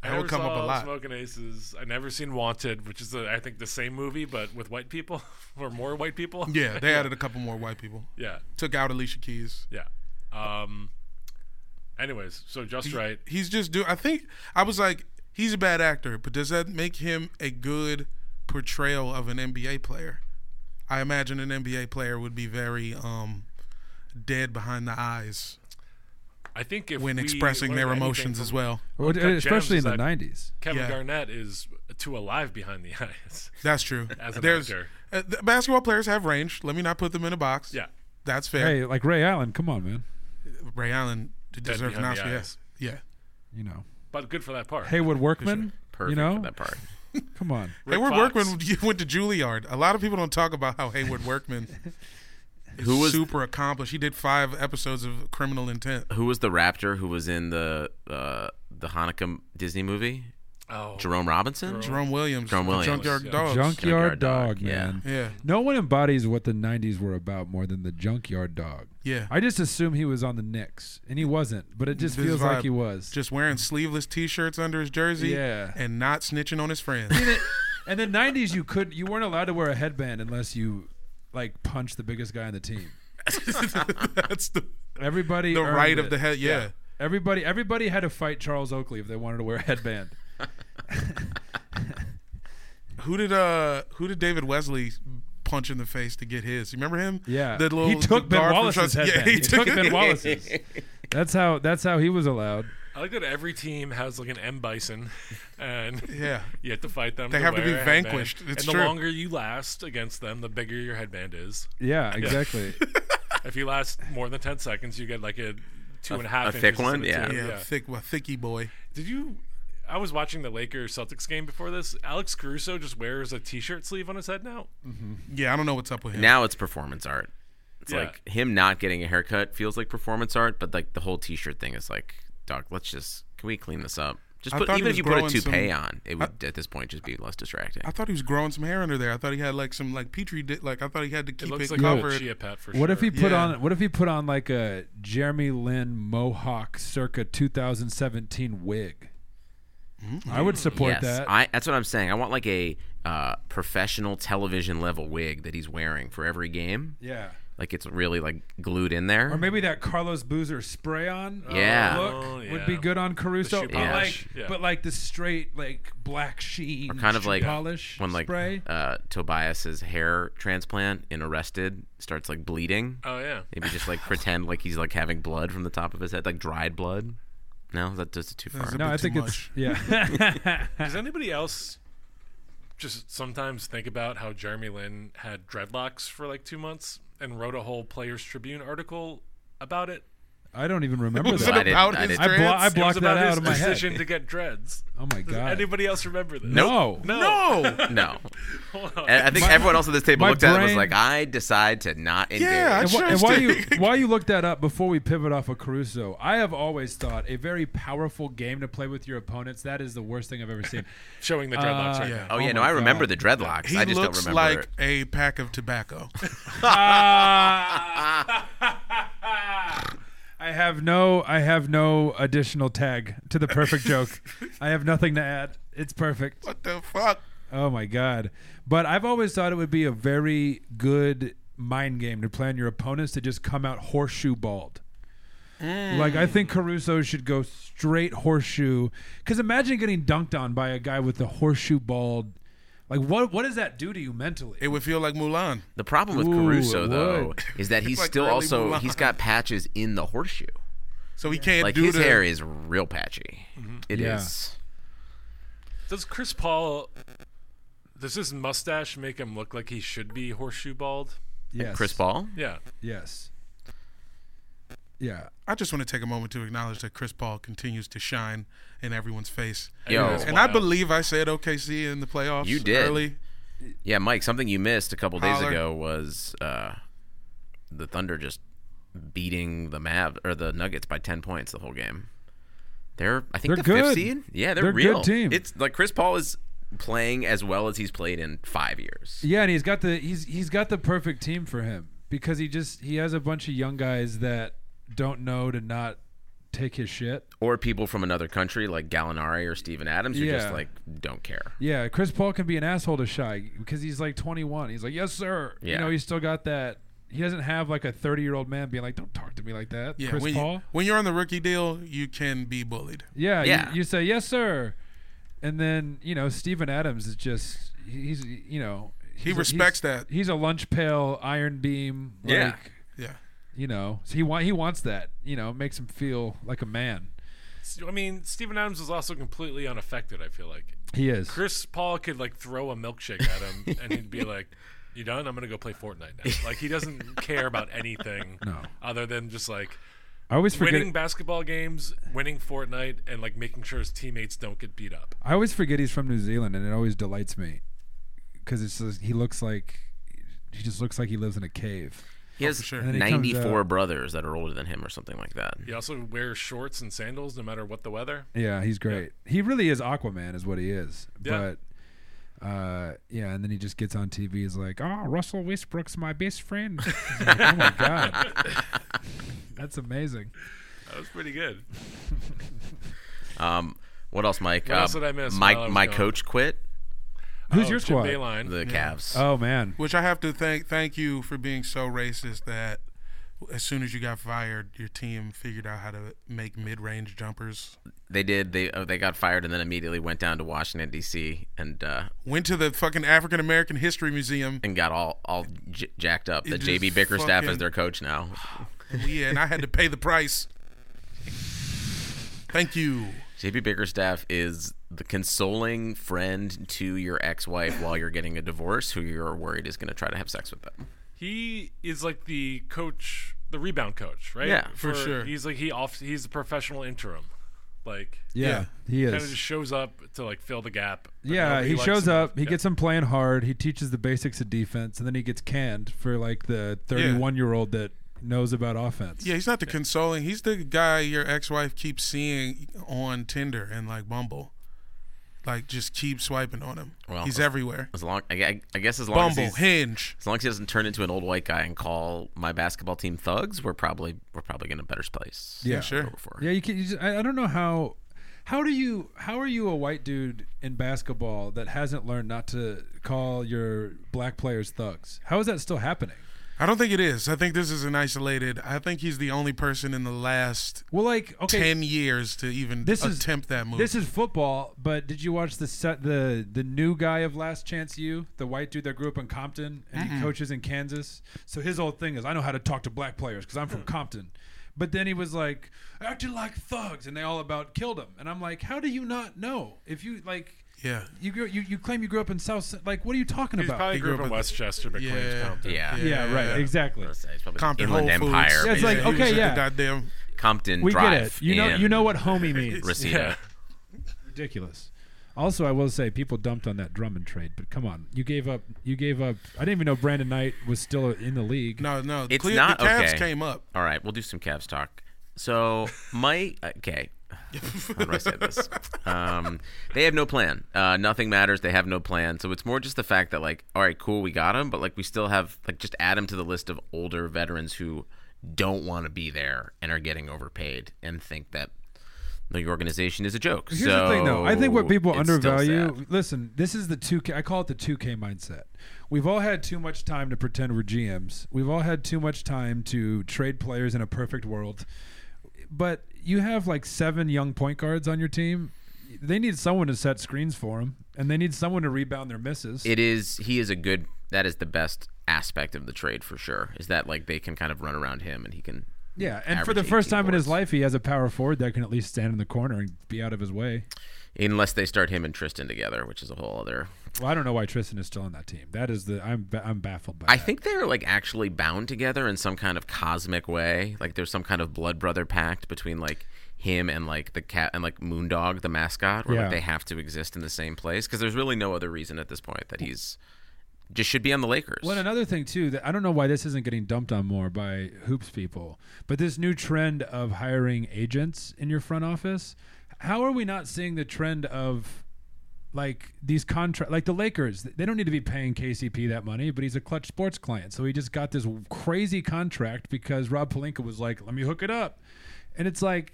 Speaker 3: I
Speaker 2: That
Speaker 3: never
Speaker 2: would come
Speaker 3: saw
Speaker 2: up a lot.
Speaker 3: Smoking Aces. I never seen Wanted, which is uh, I think the same movie but with white people or more white people.
Speaker 2: Yeah, they added a couple more white people.
Speaker 3: yeah,
Speaker 2: Took out Alicia Keys.
Speaker 3: yeah. Um. Anyways, so just right.
Speaker 2: He's just do. I think I was like, he's a bad actor, but does that make him a good portrayal of an NBA player? I imagine an NBA player would be very um, dead behind the eyes
Speaker 3: I think if
Speaker 2: when
Speaker 3: we
Speaker 2: expressing
Speaker 3: learned
Speaker 2: their
Speaker 3: anything
Speaker 2: emotions
Speaker 3: from
Speaker 2: as well.
Speaker 4: What- uh,
Speaker 3: Uncut Gems
Speaker 4: especially in
Speaker 3: is
Speaker 4: the
Speaker 3: that-
Speaker 4: '90s.
Speaker 3: Kevin
Speaker 2: Yeah.
Speaker 3: Garnett is too alive behind the eyes.
Speaker 2: That's true.
Speaker 3: As an
Speaker 2: There's
Speaker 3: actor.
Speaker 2: uh, the basketball players have range. Let me not put them in a box.
Speaker 3: Yeah,
Speaker 2: that's fair.
Speaker 4: Hey, like Ray Allen. Come on, man.
Speaker 2: Ray Allen deserves an
Speaker 3: behind the
Speaker 2: Oscar.
Speaker 3: eyes.
Speaker 2: Yes. Yeah.
Speaker 4: You know.
Speaker 3: but good for that part.
Speaker 4: Haywood Workman.
Speaker 1: Perfect
Speaker 4: you know.
Speaker 1: for that part.
Speaker 4: Come on.
Speaker 3: Rick
Speaker 2: Hayward
Speaker 3: Fox.
Speaker 2: Workman went to Juilliard. A lot of people don't talk about how Hayward Workman is
Speaker 1: Who was-
Speaker 2: super accomplished. He did five episodes of Criminal Intent.
Speaker 1: Who was the raptor who was in the uh, the Hanukkah Disney movie?
Speaker 3: Oh,
Speaker 1: Jerome Robinson?
Speaker 2: Jerome Williams.
Speaker 1: Jerome
Speaker 2: from
Speaker 1: Williams,
Speaker 2: Junkyard
Speaker 3: yeah.
Speaker 2: Dogs.
Speaker 4: Junkyard
Speaker 1: Junkyard
Speaker 4: Dog,
Speaker 1: Dog, yeah.
Speaker 4: man.
Speaker 2: yeah.
Speaker 4: No one embodies what the '90s were about more than the Junkyard Dog.
Speaker 2: Yeah.
Speaker 4: I just assume he was on the Knicks, and he wasn't, but it just
Speaker 2: His
Speaker 4: feels like
Speaker 2: vibe.
Speaker 4: he was.
Speaker 2: Just wearing sleeveless t-shirts under his jersey
Speaker 4: Yeah.
Speaker 2: and not snitching on his friends.
Speaker 4: and the '90s, you could you weren't allowed to wear a headband unless you like punched the biggest guy on the team.
Speaker 2: That's the,
Speaker 4: Everybody
Speaker 2: the
Speaker 4: earned
Speaker 2: right
Speaker 4: it.
Speaker 2: of the head. Yeah.
Speaker 4: Everybody everybody had to fight Charles Oakley if they wanted to wear a headband.
Speaker 2: Who did uh who did David Wesley punch in the face to get his? You remember him?
Speaker 4: Yeah,
Speaker 2: The little
Speaker 4: he took Ben
Speaker 2: guard from
Speaker 4: Wallace's
Speaker 2: Trust-
Speaker 4: headband.
Speaker 2: Yeah,
Speaker 4: he took Ben Wallace's. That's how that's how he was allowed.
Speaker 3: I like that every team has like an M Bison, and
Speaker 2: Yeah.
Speaker 3: you have to fight them.
Speaker 2: They have to
Speaker 3: wear
Speaker 2: be
Speaker 3: a headband.
Speaker 2: vanquished. It's
Speaker 3: and
Speaker 2: true.
Speaker 3: the longer you last against them, the bigger your headband is.
Speaker 4: Yeah, exactly.
Speaker 3: If you last more than ten seconds, you get like a two and a half
Speaker 1: a thick
Speaker 3: inches to
Speaker 1: one?
Speaker 3: the
Speaker 1: Yeah.
Speaker 3: two.
Speaker 2: Yeah, thick, well, thicky boy.
Speaker 3: Did you? I was watching the Lakers Celtics game before this. Alex Caruso just wears a T-shirt sleeve on his head now.
Speaker 2: Yeah, I don't know what's up with him.
Speaker 1: Now it's performance art. It's
Speaker 3: Yeah.
Speaker 1: like him not getting a haircut feels like performance art, but like the whole T-shirt thing is like, dog, let's just can we clean this up? Just
Speaker 2: I
Speaker 1: put
Speaker 2: thought he
Speaker 1: even
Speaker 2: was
Speaker 1: if you put a
Speaker 2: growing some-
Speaker 1: toupee on, it would at this point just be less distracting.
Speaker 2: I thought he was growing some hair under there. I thought he had like some like petri di- like I thought he had to
Speaker 3: It
Speaker 2: keep it,
Speaker 3: looks like
Speaker 2: covered.
Speaker 3: a chia pet for sure.
Speaker 4: What if he put
Speaker 2: Yeah.
Speaker 4: on what if he put on like a Jeremy Lin mohawk circa 2017 wig?
Speaker 3: Mm-hmm.
Speaker 4: I would support
Speaker 1: yes,
Speaker 4: that.
Speaker 1: I, that's what I'm saying. I want like a uh, professional television level wig that he's wearing for every game.
Speaker 4: yeah.
Speaker 1: Like it's really like glued in there.
Speaker 4: Or maybe that Carlos Boozer spray on uh,
Speaker 1: Yeah.
Speaker 4: look
Speaker 3: Oh, yeah.
Speaker 4: would be good on Caruso.
Speaker 3: shoe
Speaker 4: But
Speaker 1: polish.
Speaker 4: like,
Speaker 3: Yeah.
Speaker 4: but like the straight like black sheen,
Speaker 1: kind of
Speaker 4: shoe
Speaker 1: like
Speaker 4: polish
Speaker 1: when like
Speaker 4: spray.
Speaker 1: uh, Tobias's hair transplant in Arrested starts like bleeding.
Speaker 3: Oh yeah.
Speaker 1: Maybe just like pretend like he's like having blood from the top of his head, like dried blood. No, that does it too far.
Speaker 2: That's a
Speaker 4: no,
Speaker 2: bit
Speaker 4: I
Speaker 2: too
Speaker 4: think it's
Speaker 2: much.
Speaker 4: yeah.
Speaker 3: Does anybody else just sometimes think about how Jeremy Lin had dreadlocks for like two months and wrote a whole Players Tribune article about it?
Speaker 4: I don't even remember
Speaker 2: Was
Speaker 1: Well,
Speaker 2: it
Speaker 1: I
Speaker 4: that.
Speaker 1: didn't-
Speaker 2: about
Speaker 1: I
Speaker 2: his
Speaker 1: didn't-
Speaker 4: I blo-
Speaker 2: dreads?
Speaker 4: I
Speaker 3: It was
Speaker 4: blocked that
Speaker 3: about
Speaker 4: out
Speaker 3: his
Speaker 4: of my
Speaker 3: decision
Speaker 4: head.
Speaker 3: to get dreads.
Speaker 4: Oh my
Speaker 3: Does
Speaker 4: god.
Speaker 3: anybody else remember this?
Speaker 4: No.
Speaker 3: No.
Speaker 2: no.
Speaker 1: No.
Speaker 3: Hold on.
Speaker 1: And I think everyone else at this table
Speaker 4: my
Speaker 1: looked at it and was
Speaker 4: brain-
Speaker 1: like, I decide to not engage.
Speaker 2: Yeah, I
Speaker 4: And, wh-
Speaker 2: sure
Speaker 4: and while you
Speaker 2: did.
Speaker 4: while you look that up before we pivot off of Caruso, I have always thought a very powerful game to play with your opponents. That is the worst thing I've ever seen.
Speaker 3: Showing the dreadlocks
Speaker 4: Uh,
Speaker 3: right
Speaker 2: yeah.
Speaker 3: now.
Speaker 1: oh, yeah,
Speaker 4: Oh
Speaker 1: no,
Speaker 4: my
Speaker 1: I remember
Speaker 4: God.
Speaker 1: the dreadlocks.
Speaker 2: He
Speaker 1: I just
Speaker 2: looks
Speaker 1: don't remember.
Speaker 2: like a pack of tobacco.
Speaker 4: Uh, I have no I have no additional tag to the perfect joke. I have nothing to add. It's perfect.
Speaker 2: what the fuck?
Speaker 4: Oh my god! But I've always thought it would be a very good mind game to plan your opponents to just come out horseshoe bald. Like I think Caruso should go straight horseshoe. Because imagine getting dunked on by a guy with the horseshoe bald. Like what? What does that do to you mentally?
Speaker 2: It would feel like Mulan.
Speaker 1: The problem with
Speaker 4: Ooh,
Speaker 1: Caruso,
Speaker 4: it
Speaker 1: though,
Speaker 4: would.
Speaker 1: is that he's
Speaker 2: like
Speaker 1: still
Speaker 2: early
Speaker 1: also,
Speaker 2: Mulan.
Speaker 1: he's got patches in the horseshoe.
Speaker 2: So he can't
Speaker 1: Like,
Speaker 2: do
Speaker 1: his
Speaker 2: the
Speaker 1: hair is real patchy. It is.
Speaker 4: Yeah.
Speaker 3: Does Chris Paul? Does his mustache make him look like he should be horseshoe bald?
Speaker 4: yes.
Speaker 1: Chris Paul?
Speaker 3: Yeah.
Speaker 4: Yes. Yeah.
Speaker 2: I just want to take a moment to acknowledge that Chris Paul continues to shine in everyone's face.
Speaker 1: Yo.
Speaker 3: Anyways,
Speaker 2: And
Speaker 3: wow.
Speaker 2: I believe I said OKC in the playoffs.
Speaker 1: You did.
Speaker 2: early.
Speaker 1: Yeah, Mike, something you missed a couple days
Speaker 2: Holler.
Speaker 1: ago was uh, the Thunder just beating the Mav or the Nuggets by 10 points the whole game. They're I think
Speaker 4: They're
Speaker 1: the fifth
Speaker 4: good.
Speaker 1: seed. Yeah, they're,
Speaker 4: They're a good
Speaker 1: real.
Speaker 4: team.
Speaker 1: It's like Chris Paul is playing as well as he's played in 5 years.
Speaker 4: Yeah, and he's got the he's he's got the perfect team for him because he just he has a bunch of young guys that don't know to not take his shit.
Speaker 1: Or people from another country like Gallinari or Steven Adams who just
Speaker 4: Yeah.
Speaker 1: like don't
Speaker 3: Oh,
Speaker 1: care.
Speaker 4: Yeah, Chris Paul can be an asshole to Shy because he's like 21. He's like, "Yes, sir."
Speaker 1: Yeah.
Speaker 4: You know, he's still got that. He doesn't have like a 30-year-old man being like, "Don't talk to me like that."
Speaker 2: Yeah,
Speaker 4: Chris
Speaker 2: when, You,
Speaker 4: Paul.
Speaker 2: when you're on the rookie deal, you can be bullied.
Speaker 4: yeah, you-
Speaker 1: Yeah.
Speaker 4: You, say, "Yes, sir," and then you know Steven Adams is just he- he's you know he's a-
Speaker 2: respects
Speaker 4: he's-
Speaker 2: that.
Speaker 4: He's a lunch pail iron beam. Like,
Speaker 1: Yeah.
Speaker 2: Yeah.
Speaker 4: you know so he wa- he wants that you know it makes him feel like a man
Speaker 3: S- I mean, Steven Adams is also completely unaffected. I feel like
Speaker 4: he is
Speaker 3: Chris Paul could like throw a milkshake at him, and he'd be like, "You done? I'm gonna go play Fortnite now." Like he doesn't care about anything
Speaker 4: No.
Speaker 3: other than just like
Speaker 4: i always forget
Speaker 3: winning basketball games, winning Fortnite, and like making sure his teammates don't get beat up.
Speaker 4: i always forget he's from new zealand and it always delights me because it's just, he looks like he just looks like he lives in a cave
Speaker 1: He has
Speaker 2: sure.
Speaker 4: And then he comes
Speaker 1: 94
Speaker 4: out-
Speaker 1: brothers that are older than him or something like that.
Speaker 3: He also wears shorts and sandals no matter what the weather.
Speaker 4: yeah he's great he really is aquaman is what he is
Speaker 3: Yeah.
Speaker 4: but uh yeah and then he just gets on tv he's like oh russell westbrook's my best friend He's like, oh my god that's amazing
Speaker 3: That was pretty good.
Speaker 1: Um what else, Mike?
Speaker 3: What else did I miss while I
Speaker 1: My,
Speaker 3: was
Speaker 1: my
Speaker 3: gone?
Speaker 1: coach quit
Speaker 4: who's
Speaker 3: Oh,
Speaker 4: your
Speaker 3: Jim
Speaker 4: squad
Speaker 3: Boehlin.
Speaker 1: the Cavs.
Speaker 4: oh man
Speaker 2: Which I have to thank thank you for being so racist that as soon as you got fired, your team figured out how to make mid range jumpers.
Speaker 1: They did. They uh, they got fired and then immediately went down to Washington D.C. and uh,
Speaker 2: Went to the fucking African American History Museum.
Speaker 1: and got all all j- jacked up. That
Speaker 2: just
Speaker 1: J.B. Bickerstaff is
Speaker 2: fucking-
Speaker 1: their coach now.
Speaker 2: And we and I had to pay the price. Thank you.
Speaker 1: J.B. Bickerstaff is the consoling friend to your ex-wife while you're getting a divorce, who you're worried is going to try to have sex with them.
Speaker 3: He is like the coach, the rebound coach, right?
Speaker 1: Yeah,
Speaker 2: for sure.
Speaker 3: He's like he off. He's the professional interim, like
Speaker 4: yeah, he
Speaker 3: kind of
Speaker 4: is
Speaker 3: just shows up to like fill the gap. but
Speaker 4: Yeah,
Speaker 3: nobody
Speaker 4: he
Speaker 3: likes
Speaker 4: shows
Speaker 3: him.
Speaker 4: up. He
Speaker 3: Yeah.
Speaker 4: gets them playing hard. He teaches the basics of defense, and then he gets canned for like the 31 year old that knows about offense.
Speaker 2: Yeah, he's not the consoling. He's the guy your ex-wife keeps seeing on Tinder and like Bumble. Like just keep swiping on him.
Speaker 1: Well,
Speaker 2: he's
Speaker 1: that's-
Speaker 2: everywhere.
Speaker 1: As long, I, I- I guess, as long
Speaker 2: Bumble,
Speaker 1: as he's,
Speaker 2: Hinge.
Speaker 1: as long as he doesn't turn into an old white guy and call my basketball team thugs, we're probably we're probably in a better place.
Speaker 4: Yeah. Yeah,
Speaker 2: sure.
Speaker 1: Over for.
Speaker 4: Yeah, you can. You just, I, I don't know how. How do you? How are you a white dude in basketball that hasn't learned not to call your black players thugs? How is that still happening?
Speaker 2: I don't think it is. I think this is an isolated. I think he's the only person in the last
Speaker 4: Well, like okay,
Speaker 2: ten years to even
Speaker 4: This is-
Speaker 2: attempt that move.
Speaker 4: this is football. But did you watch the set the the new guy of Last Chance U, the white dude that grew up in Compton and he coaches in Kansas? So his whole thing is I know how to talk to black players because I'm from Compton. But then he was like acting like thugs, and they all about killed him. And I'm like, how do you not know if you like?
Speaker 2: yeah.
Speaker 4: You, grew, you you claim you grew up in South Cen- like what are you talking
Speaker 3: He's
Speaker 4: about?
Speaker 3: probably
Speaker 2: He
Speaker 3: grew
Speaker 2: grew
Speaker 3: up
Speaker 2: up
Speaker 3: in
Speaker 2: in-
Speaker 3: Westchester, but claims
Speaker 2: Yeah.
Speaker 3: Compton.
Speaker 1: Yeah.
Speaker 4: yeah, right, exactly.
Speaker 1: It's probably
Speaker 2: Compton
Speaker 1: Inland
Speaker 2: Whole Foods.
Speaker 1: Empire.
Speaker 4: Yeah,
Speaker 1: maybe.
Speaker 4: it's like,
Speaker 2: he was
Speaker 4: okay,
Speaker 2: at the
Speaker 4: yeah.
Speaker 2: Goddamn.
Speaker 1: Compton
Speaker 4: we
Speaker 1: Drive.
Speaker 4: get it. You know,
Speaker 1: in
Speaker 4: you know what homie means.
Speaker 1: Reseda.
Speaker 3: Yeah.
Speaker 4: ridiculous. Also, I will say people dumped on that Drummond trade, but come on, you gave up. You gave up. I didn't even know Brandon Knight was still in the league.
Speaker 2: No, no.
Speaker 1: It's
Speaker 2: Cle-
Speaker 1: not
Speaker 2: the Cavs
Speaker 1: okay.
Speaker 2: came up.
Speaker 1: All right, we'll do some Cavs talk. So, Mike, okay. How do I say this? Um, they have no plan. Uh, nothing matters. They have no plan. So it's more just the fact that, like, all right, cool, we got him, but like, we still have like just add him to the list of older veterans who don't want to be there and are getting overpaid and think that the organization is a joke.
Speaker 4: Here's the thing, though. I think what
Speaker 1: So
Speaker 4: people
Speaker 1: it's still
Speaker 4: undervalue.
Speaker 1: sad.
Speaker 4: Listen, this is the two. K, I call it the two K mindset. We've all had too much time to pretend we're GMs. We've all had too much time to trade players in a perfect world. But you have like seven young point guards on your team. They need someone to set screens for them, and they need someone to rebound their misses.
Speaker 1: It is. He is a good. That is the best aspect of the trade for sure. Is that like they can kind of run around him and he can.
Speaker 4: yeah, and for
Speaker 1: average
Speaker 4: the first
Speaker 1: 18
Speaker 4: time in his
Speaker 1: boards.
Speaker 4: life, he has a power forward that can at least stand in the corner and be out of his way.
Speaker 1: unless they start him and Tristan together, which is a whole other.
Speaker 4: Well, I don't know why Tristan is still on that team. That is the I'm ba- I'm baffled by.
Speaker 1: I
Speaker 4: that.
Speaker 1: think they're like actually bound together in some kind of cosmic way. Like there's some kind of blood brother pact between like him and like the cat and like Moondog, the mascot, where
Speaker 4: Yeah.
Speaker 1: like they have to exist in the same place because there's really no other reason at this point that he's just should be on the Lakers.
Speaker 4: Well, and another thing too that I don't know why this isn't getting dumped on more by hoops people, but this new trend of hiring agents in your front office. How are we not seeing the trend of like these contract like the Lakers? They don't need to be paying KCP that money, but he's a clutch sports client, so he just got this crazy contract because Rob Palinka was like, "Let me hook it up," and it's like.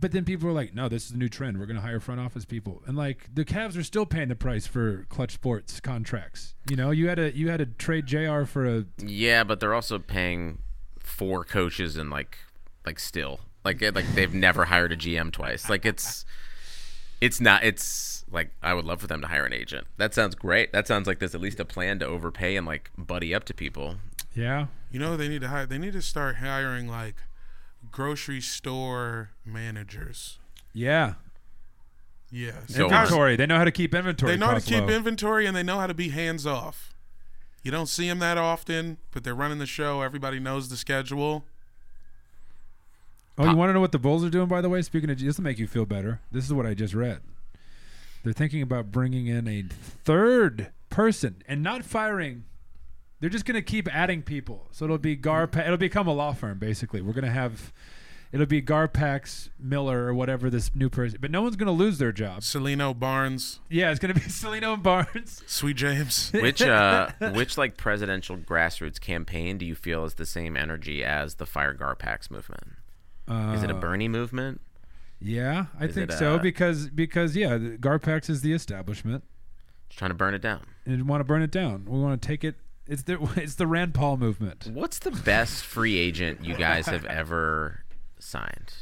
Speaker 4: But then people are like, no, this is a new trend. We're going to hire front office people, and like the Cavs are still paying the price for clutch sports contracts. You know, you had a you had to trade Jr. for a
Speaker 1: yeah, but they're also paying four coaches and like like still like it- like they've never hired a GM twice. Like it's it's not it's like I would love for them to hire an agent. That sounds great. That sounds like there's at least a plan to overpay and like buddy up to people.
Speaker 4: yeah.
Speaker 2: You know who they need to hire? They need to start hiring like grocery store managers.
Speaker 4: Yeah,
Speaker 2: Yeah.
Speaker 1: So-
Speaker 2: Sometimes
Speaker 4: inventory. They know how to keep inventory.
Speaker 2: They know how to
Speaker 4: costs
Speaker 2: keep
Speaker 4: low.
Speaker 2: inventory and they know how to be hands off. You don't see them that often, but they're running the show. Everybody knows the schedule.
Speaker 4: Oh, you want to know what the Bulls are doing, by the way? Speaking of, this will make you feel better. This is what I just read. They're thinking about bringing in a third person and not firing. They're just going to keep adding people. So it'll be Garpax. It'll become a law firm, basically. We're going to have. It'll be Garpax, Miller, or whatever this new person. But no one's going to lose their job.
Speaker 2: Celino Barnes,
Speaker 4: Yeah, it's going to be Celino and Barnes.
Speaker 2: Sweet James.
Speaker 1: Which uh which like presidential grassroots campaign do you feel is the same energy as the Fire Garpax movement? is it a Bernie movement?
Speaker 4: Uh, Yeah, I
Speaker 1: Is
Speaker 4: think
Speaker 1: it,
Speaker 4: so
Speaker 1: uh,
Speaker 4: because because yeah, the- Garpax is the establishment.
Speaker 1: Just trying to burn it down.
Speaker 4: and want to burn it down. We want to take it. It's the it's the Rand Paul movement.
Speaker 1: What's the best free agent you guys have ever signed?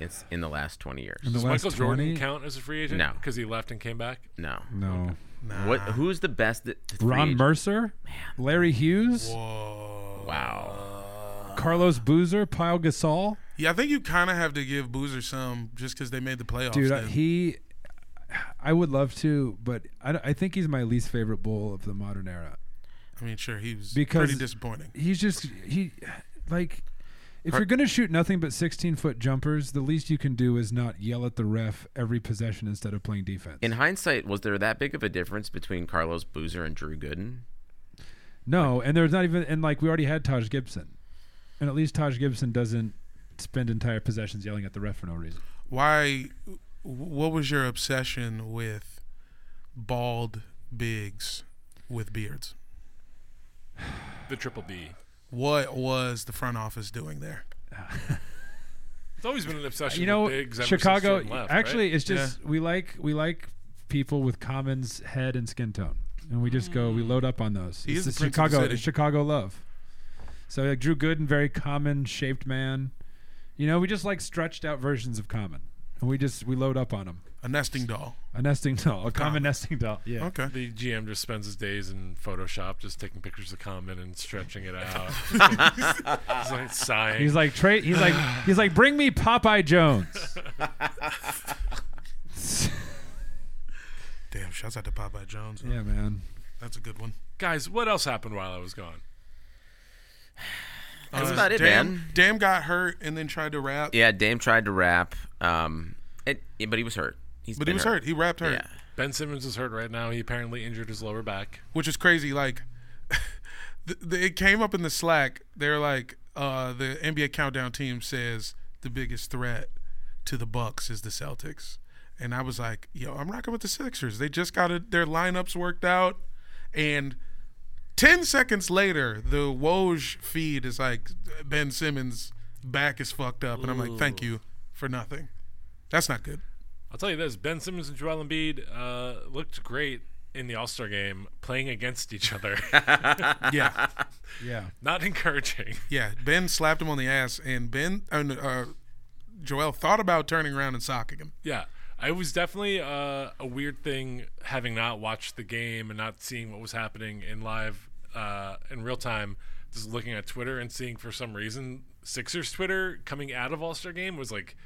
Speaker 1: It's in the last 20 years.
Speaker 4: In the
Speaker 3: Does
Speaker 4: last
Speaker 3: Michael Jordan
Speaker 4: 20?
Speaker 3: count as a free agent?
Speaker 1: No.
Speaker 3: because he left and came back.
Speaker 1: No.
Speaker 4: No,
Speaker 1: What who's the best that, free
Speaker 4: Ron
Speaker 1: agent-
Speaker 4: Mercer, Larry Hughes,
Speaker 1: Wow.
Speaker 4: Carlos Boozer, Pyle Gasol.
Speaker 2: Yeah, I think you kind of have to give Boozer some just because they made the playoffs.
Speaker 4: Dude, I-
Speaker 2: then.
Speaker 4: he. I would love to, but I, don't- I think he's my least favorite bull of the modern era.
Speaker 2: I mean, sure, he was
Speaker 4: Because-
Speaker 2: pretty disappointing.
Speaker 4: He's just he, like, if you're gonna shoot nothing but 16 foot jumpers, the least you can do is not yell at the ref every possession instead of playing defense.
Speaker 1: In hindsight, was there that big of a difference between Carlos Boozer and Drew Gooden?
Speaker 4: No, and there's not even and like we already had Taj Gibson, and at least Taj Gibson doesn't spend entire possessions yelling at the ref for no reason.
Speaker 2: Why? What was your obsession with bald bigs with beards?
Speaker 3: The triple B.
Speaker 2: What was the front office doing there?
Speaker 3: It's always been an obsession.
Speaker 4: You know,
Speaker 3: with bigs ever since
Speaker 4: Chicago.
Speaker 3: Jordan left,
Speaker 4: actually,
Speaker 3: right?
Speaker 4: it's just we like we like people with Commons head and skin tone, and we just go we load up on those.
Speaker 2: He
Speaker 4: it's
Speaker 2: is the
Speaker 4: the
Speaker 2: prince of the
Speaker 4: Chicago.
Speaker 2: city.
Speaker 4: it's Chicago love. So like Drew Gooden, very common shaped man. You know, we just like stretched out versions of common, and we just we load up on them.
Speaker 2: A nesting doll.
Speaker 4: A nesting doll, a common nesting doll. Yeah.
Speaker 2: Okay.
Speaker 3: the GM just spends his days in Photoshop, just taking pictures of Common and stretching it out. He's like sighing.
Speaker 4: He's like Trey. He's like he's like bring me Popeye Jones.
Speaker 2: Damn, shouts out to Popeye Jones.
Speaker 4: Yeah, man.
Speaker 2: That's a good one.
Speaker 3: Guys, what else happened while I was gone?
Speaker 1: That's about it,
Speaker 2: Damn,
Speaker 1: man.
Speaker 2: Damn Uh, got hurt and then tried to rap,
Speaker 1: Yeah, Dame tried to rap, um, it, yeah, but he was hurt. He's
Speaker 2: but he
Speaker 1: been
Speaker 2: was hurt. He rapped hurt,
Speaker 1: Yeah,
Speaker 3: Ben Simmons is hurt right now. He apparently injured his lower back.
Speaker 2: which is crazy. Like, the, the, it came up in the Slack. They're like, uh, the NBA countdown team says the biggest threat to the Bucks is the Celtics, and I was like, yo, I'm rocking with the Sixers. They just got it, their lineups worked out, and. 10 seconds later, the Woj feed is like Ben Simmons' back is fucked up. And I'm like, thank you for nothing. That's not good.
Speaker 3: I'll tell you this: Ben Simmons and Joel Embiid uh, looked great in the All Star game, playing against each other.
Speaker 2: Yeah.
Speaker 4: Yeah.
Speaker 3: Not encouraging.
Speaker 2: Yeah, Ben slapped him on the ass, and Ben, uh, no, uh, Joel thought about turning around and socking him.
Speaker 3: Yeah, it was definitely uh, a weird thing having not watched the game and not seeing what was happening in live uh, in real time. Just looking at Twitter and seeing for some reason Sixers Twitter coming out of All Star Game was like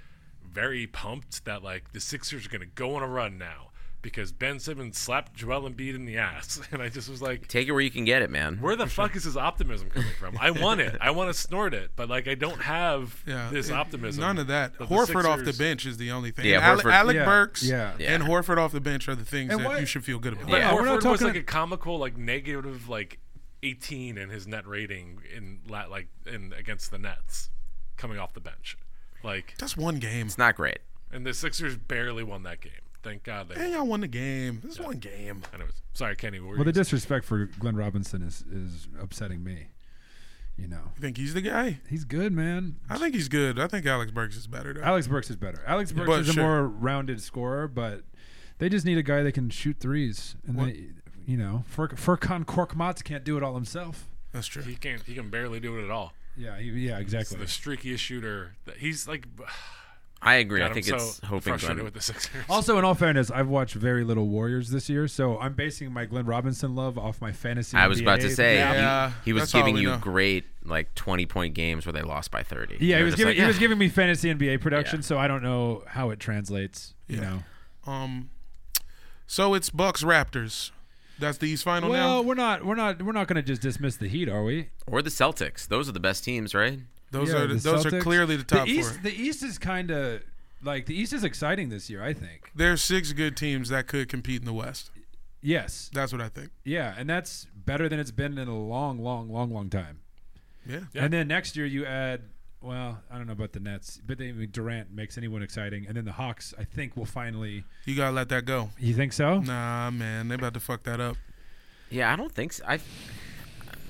Speaker 3: very pumped that like the Sixers are gonna go on a run now because Ben Simmons slapped Joel Embiid in the ass, and I just was like.
Speaker 1: take it where you can get it, man.
Speaker 3: Where the fuck is this optimism coming from? I want it. I want to snort it, but like I don't have
Speaker 2: Yeah,
Speaker 3: this
Speaker 2: it-
Speaker 3: optimism.
Speaker 2: None of that.
Speaker 3: But the
Speaker 2: Horford off the
Speaker 3: Sixers-
Speaker 2: bench is the only thing.
Speaker 1: Yeah,
Speaker 2: Ale-
Speaker 1: Horford-
Speaker 2: Alec
Speaker 4: Yeah,
Speaker 2: Burks,
Speaker 4: yeah.
Speaker 1: Yeah.
Speaker 2: and Horford off the bench are the things
Speaker 4: And
Speaker 2: that
Speaker 4: what-
Speaker 2: you should feel good about.
Speaker 1: Yeah.
Speaker 3: Horford
Speaker 4: we're not
Speaker 3: was
Speaker 4: talking-
Speaker 3: like a comical, like negative, like eighteen in his net rating in la- like in against the Nets, coming off the bench, like,
Speaker 2: That's one game.
Speaker 1: It's not great.
Speaker 3: and the Sixers barely won that game. Thank God they.
Speaker 2: And y'all won the game. This is one game.
Speaker 3: Anyways, sorry, Kenny. What were
Speaker 4: Well,
Speaker 3: you
Speaker 4: the disrespect for Glenn Robinson is is upsetting me. You know,
Speaker 2: You think he's the guy?
Speaker 4: he's good, man.
Speaker 2: I think he's good. I think Alex Burks is better though.
Speaker 4: Alex Burks is better. Alex Burks
Speaker 2: But
Speaker 4: is a
Speaker 2: sure.
Speaker 4: more rounded scorer, but they just need a guy that can shoot threes. And they, you know, Fur- Furkan Korkmaz can't do it all himself.
Speaker 2: That's true.
Speaker 3: he can't. He can barely do it at all.
Speaker 4: Yeah, he, yeah, exactly.
Speaker 3: The streakiest shooter. that- He's like.
Speaker 1: I agree.
Speaker 3: God,
Speaker 1: I think
Speaker 3: am
Speaker 1: it's
Speaker 3: so
Speaker 1: hoping
Speaker 3: frustrated
Speaker 1: Glenn.
Speaker 3: with the Sixers.
Speaker 4: Also, in all fairness, I've watched very little Warriors this year, so I'm basing my Glenn Robinson love off my fantasy.
Speaker 1: I was about to
Speaker 4: NBA.
Speaker 1: say
Speaker 2: Yeah.
Speaker 1: he-
Speaker 2: Yeah,
Speaker 1: he, was
Speaker 2: that's all
Speaker 1: giving
Speaker 2: we
Speaker 1: you
Speaker 2: know.
Speaker 1: great like twenty point games where they lost by thirty.
Speaker 4: Yeah, he
Speaker 1: You're
Speaker 4: was
Speaker 1: just
Speaker 4: giving
Speaker 1: like,
Speaker 4: he was
Speaker 1: "Yeah."
Speaker 4: giving me fantasy NBA production,
Speaker 1: Yeah.
Speaker 4: so I don't know how it translates. You
Speaker 2: Yeah.
Speaker 4: know.
Speaker 2: Um, so it's Bucks Raptors. That's the East Final now.
Speaker 4: Well, we're not we're not we're not going to just dismiss the Heat, are we?
Speaker 1: or the Celtics. Those are the best teams, right?
Speaker 2: Those
Speaker 4: Yeah,
Speaker 2: are
Speaker 4: the
Speaker 2: those are
Speaker 4: Celtics.
Speaker 2: clearly the top
Speaker 4: the East,
Speaker 2: four.
Speaker 4: The East is kind of like the East is exciting this year. I think.
Speaker 2: There's six good teams that could compete in the West.
Speaker 4: Yes.
Speaker 2: That's what I think.
Speaker 4: Yeah, and that's better than it's been in a long, long, long, long time.
Speaker 2: Yeah.
Speaker 3: Yeah.
Speaker 4: And then next year you add. Well, I don't know about the Nets, but they, Durant makes anyone exciting, and then the Hawks. I think will finally.
Speaker 2: You gotta let that go.
Speaker 4: You think so?
Speaker 2: Nah, man, they about to fuck that up.
Speaker 1: Yeah, I don't think so. I.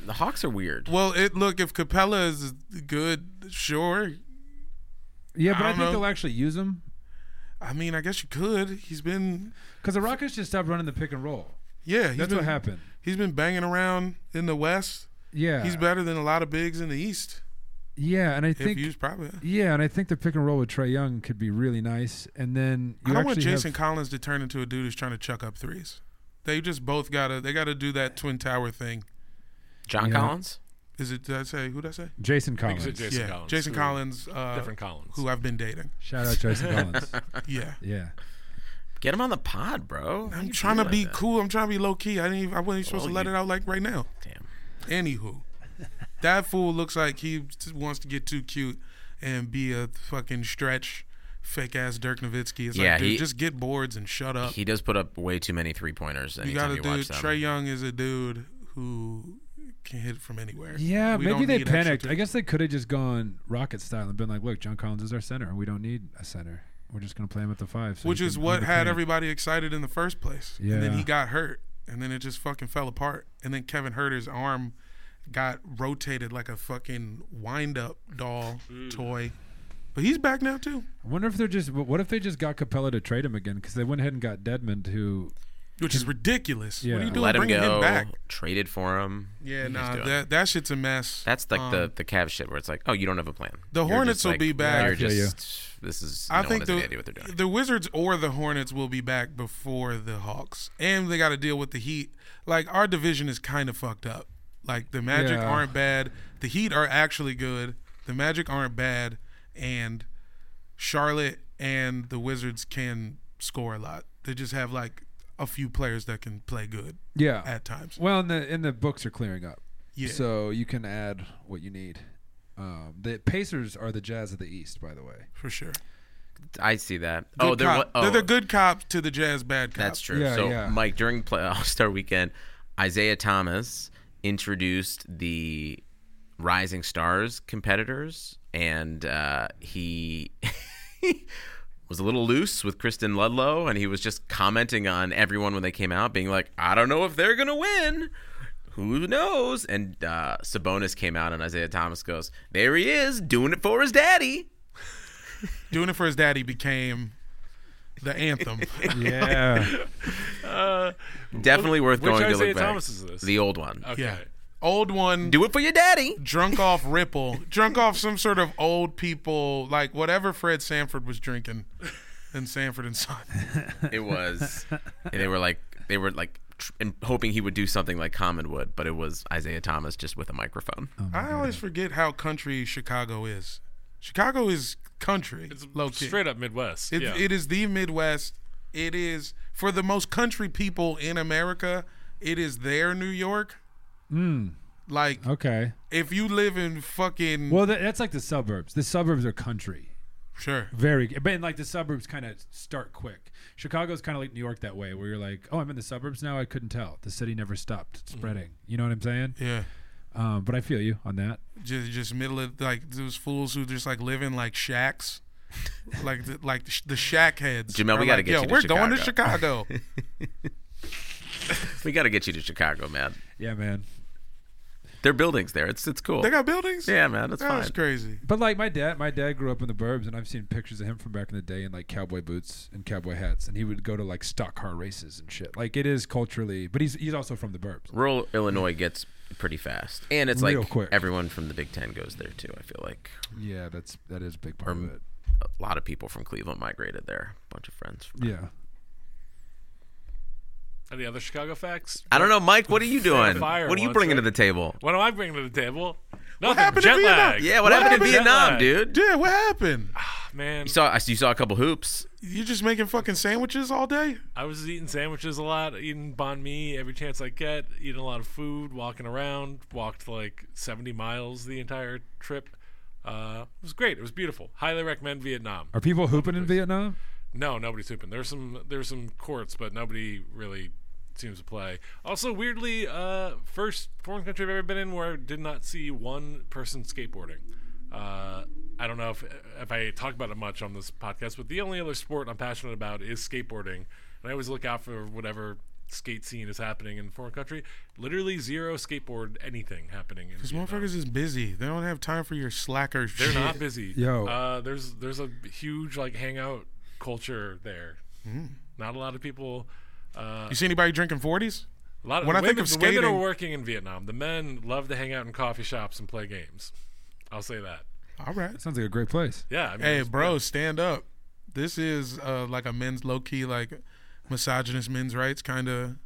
Speaker 1: The Hawks are weird.
Speaker 2: Well, it look if Capella is good, sure.
Speaker 4: Yeah, but
Speaker 2: I
Speaker 4: I,
Speaker 2: don't
Speaker 4: think
Speaker 2: know.
Speaker 4: they'll actually use him
Speaker 2: I mean, I guess you could. He's been,
Speaker 4: because the Rockets just stopped running the pick and roll.
Speaker 2: yeah, he's
Speaker 4: That's
Speaker 2: been,
Speaker 4: what happened.
Speaker 2: He's been banging around in the West.
Speaker 4: Yeah,
Speaker 2: He's better than a lot of bigs in the East.
Speaker 4: yeah, and I
Speaker 2: If
Speaker 4: think
Speaker 2: he's probably.
Speaker 4: yeah, and I think the pick and roll with Trey Young could be really nice. And then you
Speaker 2: I don't want
Speaker 4: actually have-
Speaker 2: Jason Collins to turn into a dude who's trying to chuck up threes. They just both gotta. They gotta do that twin tower thing.
Speaker 1: John
Speaker 4: Yeah.
Speaker 1: Collins.
Speaker 2: Is it? Did I say? Who did I say?
Speaker 4: Jason
Speaker 3: I think
Speaker 4: Collins.
Speaker 3: it's Jason
Speaker 2: yeah,
Speaker 3: Collins.
Speaker 2: Jason
Speaker 3: Who-
Speaker 2: Collins. Uh,
Speaker 3: Different Collins.
Speaker 2: Who I've been dating.
Speaker 4: Shout out Jason Collins.
Speaker 2: Yeah.
Speaker 4: Yeah,
Speaker 1: Get him on the pod, bro. How
Speaker 2: I'm
Speaker 1: you
Speaker 2: trying
Speaker 1: feel
Speaker 2: to
Speaker 1: like
Speaker 2: be
Speaker 1: that?
Speaker 2: cool. I'm trying to be low key. I didn't. Even, I wasn't even supposed
Speaker 1: Well,
Speaker 2: to let
Speaker 1: you-
Speaker 2: it out like right now.
Speaker 1: Damn.
Speaker 2: Anywho, that fool looks like he just wants to get too cute and be a fucking stretch, fake ass Dirk Nowitzki. It's
Speaker 1: Yeah,
Speaker 2: like, dude,
Speaker 1: he-
Speaker 2: just get boards and shut up.
Speaker 1: He does put up way too many three pointers.
Speaker 2: you
Speaker 1: Anytime
Speaker 2: gotta
Speaker 1: you,
Speaker 2: do.
Speaker 1: watch them.
Speaker 2: Trey Young is a dude who can hit from anywhere.
Speaker 4: yeah.
Speaker 2: We
Speaker 4: maybe
Speaker 2: don't
Speaker 4: they
Speaker 2: need extra
Speaker 4: panicked. I
Speaker 2: two.
Speaker 4: guess they could have just gone rocket style and been like, "Look, John Collins is our center. We don't need a center. We're just going to play him at the five. so
Speaker 2: Which
Speaker 4: he
Speaker 2: is
Speaker 4: can
Speaker 2: what
Speaker 4: hold the
Speaker 2: had
Speaker 4: paint."
Speaker 2: everybody excited in the first place. And then
Speaker 4: Yeah.
Speaker 2: he got hurt, and then it just fucking fell apart. And then Kevin Herter's arm got rotated like a fucking wind up doll
Speaker 1: Mm.
Speaker 2: toy. But he's back now too,
Speaker 4: I wonder if they're just. What if they just got Capella to trade him again? Because they went ahead and got Deadman, who
Speaker 2: which is ridiculous. What are
Speaker 4: Yeah.
Speaker 2: you doing
Speaker 1: Let him
Speaker 2: bringing
Speaker 1: go.
Speaker 2: him back?
Speaker 1: Traded for him.
Speaker 2: Yeah,
Speaker 1: He's
Speaker 2: nah,
Speaker 1: doing-
Speaker 2: that that shit's a mess.
Speaker 1: That's like
Speaker 2: Um,
Speaker 1: the the Cavs shit where it's like, oh, you don't have a plan.
Speaker 2: The
Speaker 1: You're
Speaker 2: Hornets
Speaker 1: just
Speaker 2: will
Speaker 1: like-
Speaker 2: be back.
Speaker 1: You're
Speaker 4: I feel you.
Speaker 1: just this is.
Speaker 2: I
Speaker 1: no one
Speaker 2: think
Speaker 1: has any
Speaker 2: the
Speaker 1: idea what they're doing.
Speaker 2: the Wizards or the Hornets will be back before the Hawks, and they got to deal with the Heat. Like our division is kind of fucked up. Like the Magic
Speaker 4: Yeah.
Speaker 2: aren't bad. The Heat are actually good. The Magic aren't bad, and Charlotte and the Wizards can score a lot. They just have like a few players that can play good
Speaker 4: Yeah.
Speaker 2: at times.
Speaker 4: Well, and the and the books are clearing up,
Speaker 2: Yeah.
Speaker 4: so you can add what you need. Um, the Pacers are the Jazz of the East, by the way.
Speaker 2: for sure.
Speaker 1: I see that.
Speaker 2: Good
Speaker 1: oh, they're
Speaker 2: cop.
Speaker 1: what- oh,
Speaker 2: they're the good cops to the jazz bad cops.
Speaker 1: That's true.
Speaker 4: Yeah,
Speaker 1: so,
Speaker 4: yeah.
Speaker 1: Mike, during play- All Star Weekend, Isaiah Thomas introduced the Rising Stars competitors, and uh, he was a little loose with Kristen Ludlow, and he was just commenting on everyone when they came out, being like, "I don't know if they're gonna win." Who knows? And uh, Sabonis came out, and Isaiah Thomas goes, "There he is, doing it for his daddy."
Speaker 2: Doing it for his daddy became the anthem.
Speaker 4: Yeah.
Speaker 3: Uh,
Speaker 1: Definitely worth
Speaker 3: which
Speaker 1: going
Speaker 3: Isaiah
Speaker 1: to look back.
Speaker 3: Thomas is this?
Speaker 1: The old one.
Speaker 3: okay.
Speaker 2: yeah. Old one
Speaker 1: Do it for your daddy.
Speaker 2: drunk off Ripple, drunk off some sort of old people, like whatever Fred Sanford was drinking in Sanford and Son.
Speaker 1: It was. and they were like they were like tr- and hoping he would do something like Common would, but it was Isaiah Thomas just with a microphone.
Speaker 2: I always forget how country Chicago is. Chicago is country,
Speaker 3: It's
Speaker 2: low key.
Speaker 3: straight up Midwest.
Speaker 2: It,
Speaker 3: yeah.
Speaker 2: it is the Midwest. It is for the most country people in America. It is their New York. Like
Speaker 4: okay.
Speaker 2: if you live in fucking
Speaker 4: Well, that, that's like the suburbs. The suburbs are country.
Speaker 2: sure,
Speaker 4: Very, but like the suburbs kind of start quick. Chicago's kind of like New York that way, where you're like, oh, I'm in the suburbs now. I couldn't tell. The city never stopped spreading. You know what I'm saying?
Speaker 2: Mm. yeah,
Speaker 4: Um, but I feel you on that.
Speaker 2: just just middle of like those fools who just like live in like shacks, like the, like the, sh- the shack heads.
Speaker 1: Jamel,
Speaker 2: are
Speaker 1: we gotta
Speaker 2: like,
Speaker 1: get
Speaker 2: Yo,
Speaker 1: you to
Speaker 2: we're going to Chicago.
Speaker 1: We got to get you to Chicago, man.
Speaker 4: Yeah, man.
Speaker 1: Their buildings there. It's it's cool.
Speaker 2: they got buildings.
Speaker 1: yeah, man, that's fine.
Speaker 2: that's crazy.
Speaker 4: But like my dad, my dad grew up in the burbs, and I've seen pictures of him from back in the day in like cowboy boots and cowboy hats, and he would go to like stock car races and shit. Like it is culturally, but he's he's also from the burbs.
Speaker 1: Rural Illinois gets pretty fast. And it's
Speaker 4: Real
Speaker 1: like
Speaker 4: quick.
Speaker 1: everyone from the Big 10 goes there too, I feel like.
Speaker 4: Yeah, that's that is a big part
Speaker 1: Or-
Speaker 4: of it.
Speaker 1: A lot of people from Cleveland migrated there. A bunch of friends. From
Speaker 4: Yeah.
Speaker 3: Any other Chicago facts?
Speaker 1: I don't know, Mike, what are you doing?
Speaker 3: Fire
Speaker 1: what are you
Speaker 3: once,
Speaker 1: bringing
Speaker 3: right?
Speaker 1: to the table?
Speaker 3: What am I bringing to the table? Nothing.
Speaker 2: happened in
Speaker 3: jet
Speaker 2: Vietnam?
Speaker 3: lag.
Speaker 1: Yeah, what, happened, in
Speaker 3: Jet
Speaker 1: Vietnam,
Speaker 3: lag.
Speaker 1: dude?
Speaker 2: Yeah, what happened?
Speaker 3: Man,
Speaker 1: You saw I- you saw a couple hoops.
Speaker 2: You just making fucking sandwiches all day?
Speaker 3: I was eating sandwiches a lot, eating banh mi every chance I get, eating a lot of food, walking around, walked like 70 miles the entire trip. Uh, it was great. It was beautiful. Highly recommend Vietnam.
Speaker 4: Are people hooping in Vietnam?
Speaker 3: No, nobody's hooping. There's some there's some courts, but nobody really seems to play. Also, weirdly, uh, first foreign country I've ever been in where I did not see one person skateboarding. Uh, I don't know if if I talk about it much on this podcast, but the only other sport I'm passionate about is skateboarding, and I always look out for whatever skate scene is happening in foreign country. Literally zero skateboard anything happening. in
Speaker 2: These
Speaker 3: Vietnam.
Speaker 2: motherfuckers is busy. They don't have time for your slacker shit.
Speaker 3: They're not busy.
Speaker 4: Yo.
Speaker 3: uh, there's there's a huge like hangout culture there.
Speaker 2: Mm.
Speaker 3: Not a lot of people. Uh,
Speaker 2: You see anybody drinking 40s?
Speaker 3: a lot of
Speaker 2: When I
Speaker 3: women,
Speaker 2: think of
Speaker 3: the women are
Speaker 2: skating-
Speaker 3: working in Vietnam. The men love to hang out in coffee shops and play games. I'll say that.
Speaker 2: All right.
Speaker 4: Sounds like a great place.
Speaker 3: Yeah. I mean,
Speaker 2: Hey,
Speaker 3: it's-
Speaker 2: bro, stand up. This is uh, like a men's low key, like misogynist men's rights kind of